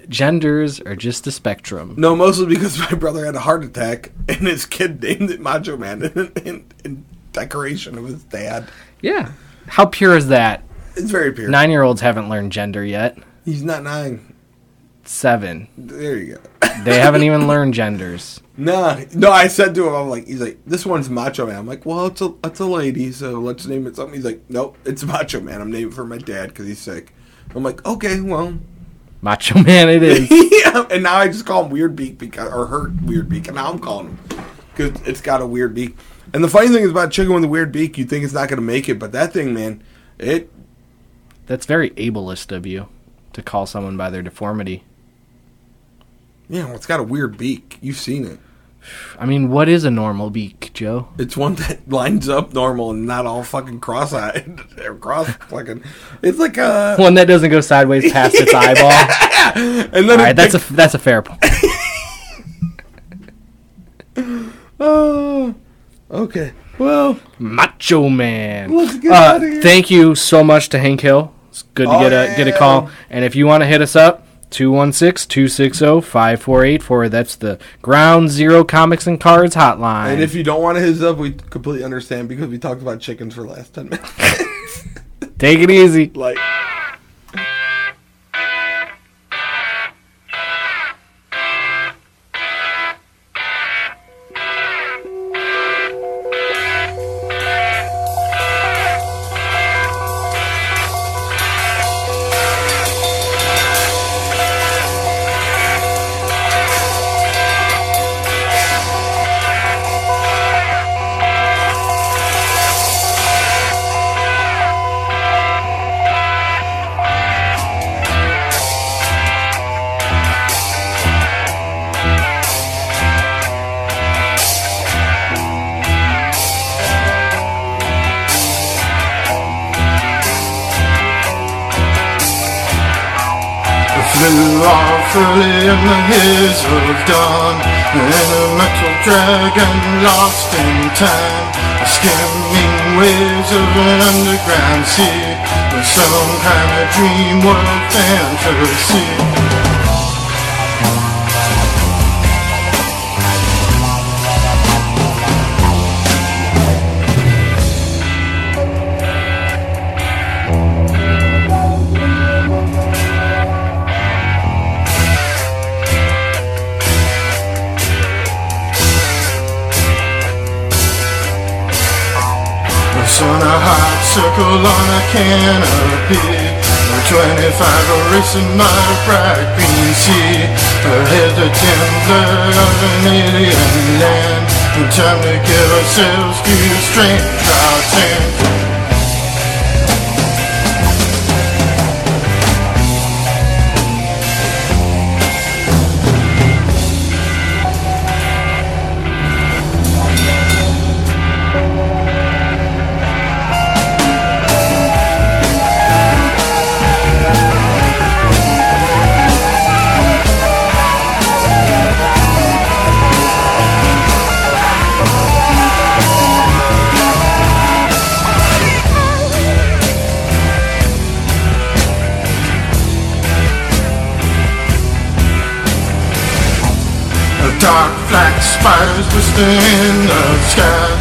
[SPEAKER 2] genders are just a spectrum.
[SPEAKER 1] no, mostly because my brother had a heart attack and his kid named it Macho Man [LAUGHS] in, in, in decoration of his dad.
[SPEAKER 2] Yeah. How pure is that?
[SPEAKER 1] It's very pure.
[SPEAKER 2] Nine year olds haven't learned gender yet.
[SPEAKER 1] He's not nine.
[SPEAKER 2] Seven.
[SPEAKER 1] There you go.
[SPEAKER 2] They haven't even [LAUGHS] learned genders.
[SPEAKER 1] Nah, no, I said to him, I'm like, he's like, this one's Macho Man. I'm like, well, it's a, it's a lady, so let's name it something. He's like, nope, it's Macho Man. I'm naming it for my dad because he's sick. I'm like, okay, well,
[SPEAKER 2] [LAUGHS] Macho man, it is.
[SPEAKER 1] yeah. And [LAUGHS] now I just call him Weird Beak because, or her Weird Beak, and now I'm calling him because it's got a weird beak. And the funny thing is about chicken with a weird beak, you think it's not going to make it, but that thing, man, it
[SPEAKER 2] That's very ableist of you to call someone by their deformity.
[SPEAKER 1] yeah, well, it's got a weird beak. You've seen it.
[SPEAKER 2] I mean, what is a normal beak, Joe?
[SPEAKER 1] It's one [LAUGHS] that lines up normal and not all fucking cross-eyed [LAUGHS] or cross fucking. It's like uh, a
[SPEAKER 2] One that doesn't go sideways past its eyeball.
[SPEAKER 1] And then
[SPEAKER 2] All
[SPEAKER 1] it
[SPEAKER 2] right, that's
[SPEAKER 1] pick-
[SPEAKER 2] a that's a fair point.
[SPEAKER 1] Oh, okay. Well,
[SPEAKER 2] Macho Man.
[SPEAKER 1] Let's get
[SPEAKER 2] Uh,
[SPEAKER 1] outta here.
[SPEAKER 2] Thank you so much to Hank Hill. It's good to
[SPEAKER 1] Oh,
[SPEAKER 2] get a get a
[SPEAKER 1] yeah.
[SPEAKER 2] call. And if you want to hit us up, oh, 216-260-5484. That's the Ground Zero Comics and Cards hotline.
[SPEAKER 1] and if you don't want to hit us up, we completely understand because we talked about chickens for the last 10 minutes. [LAUGHS]
[SPEAKER 2] Take it easy.
[SPEAKER 1] like,
[SPEAKER 5] Awfully in the years of dawn, in a metal dragon lost in time, the skimming waves of an underground sea, with some kind of dream world fantasy. It's on a hot circle on a canopy. A 25 are racing my bright green sea. Ahead the timber of an alien land. In time to give ourselves to strange our chance. The dark black spires twisting in the sky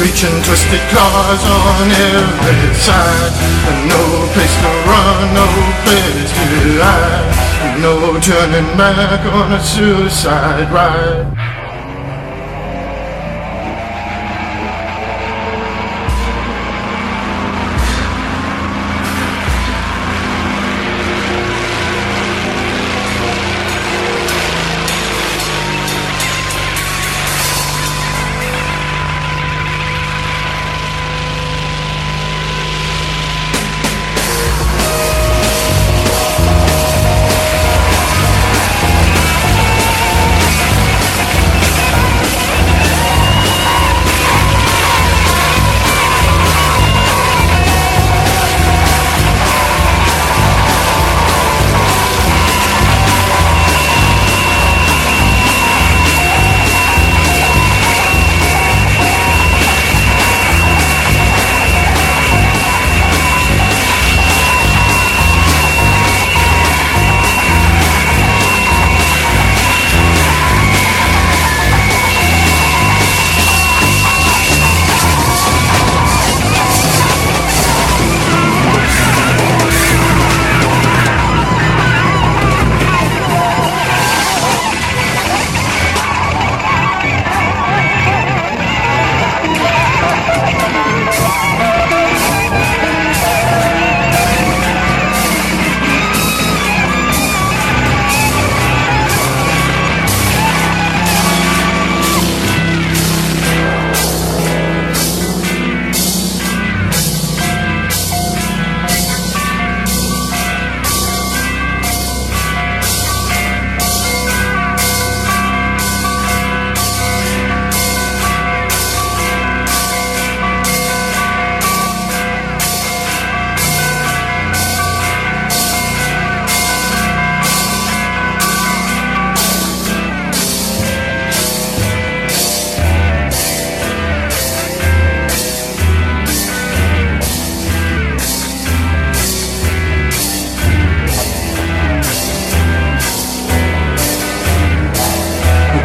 [SPEAKER 5] Reaching twisted claws on every side And no place to run, no place to hide And no turning back on a suicide ride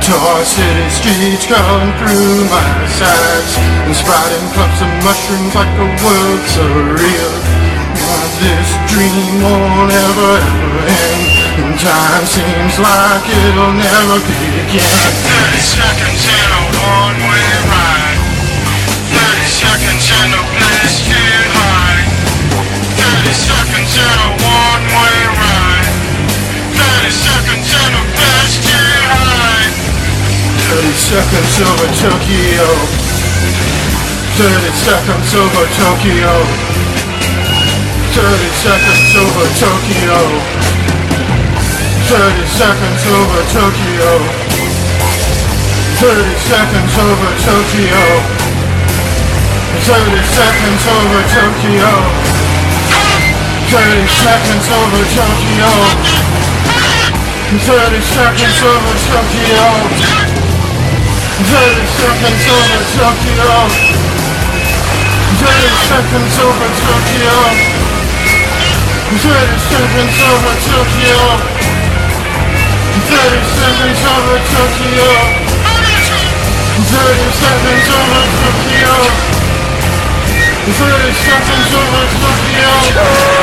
[SPEAKER 5] Tall city streets come through my sides And sprouting clumps of mushrooms like a world so real Now This dream won't ever, ever end And time seems like it'll never begin 30 seconds in a one-way ride 30 seconds in a blast you high 30 seconds in a one-way ride 30 seconds in a blast you high 30 seconds over Tokyo. 30 seconds over Tokyo. 30 seconds over Tokyo. 30 seconds over Tokyo. 30 seconds over Tokyo. 30 seconds over Tokyo. 30 seconds over Tokyo. 30 seconds over Tokyo. 30 seconds over Tokyo. 30 seconds over Tokyo. 30 seconds over Tokyo. 30 seconds over Tokyo. 30 seconds over Tokyo. 30 seconds over Tokyo. 30 seconds over Tokyo.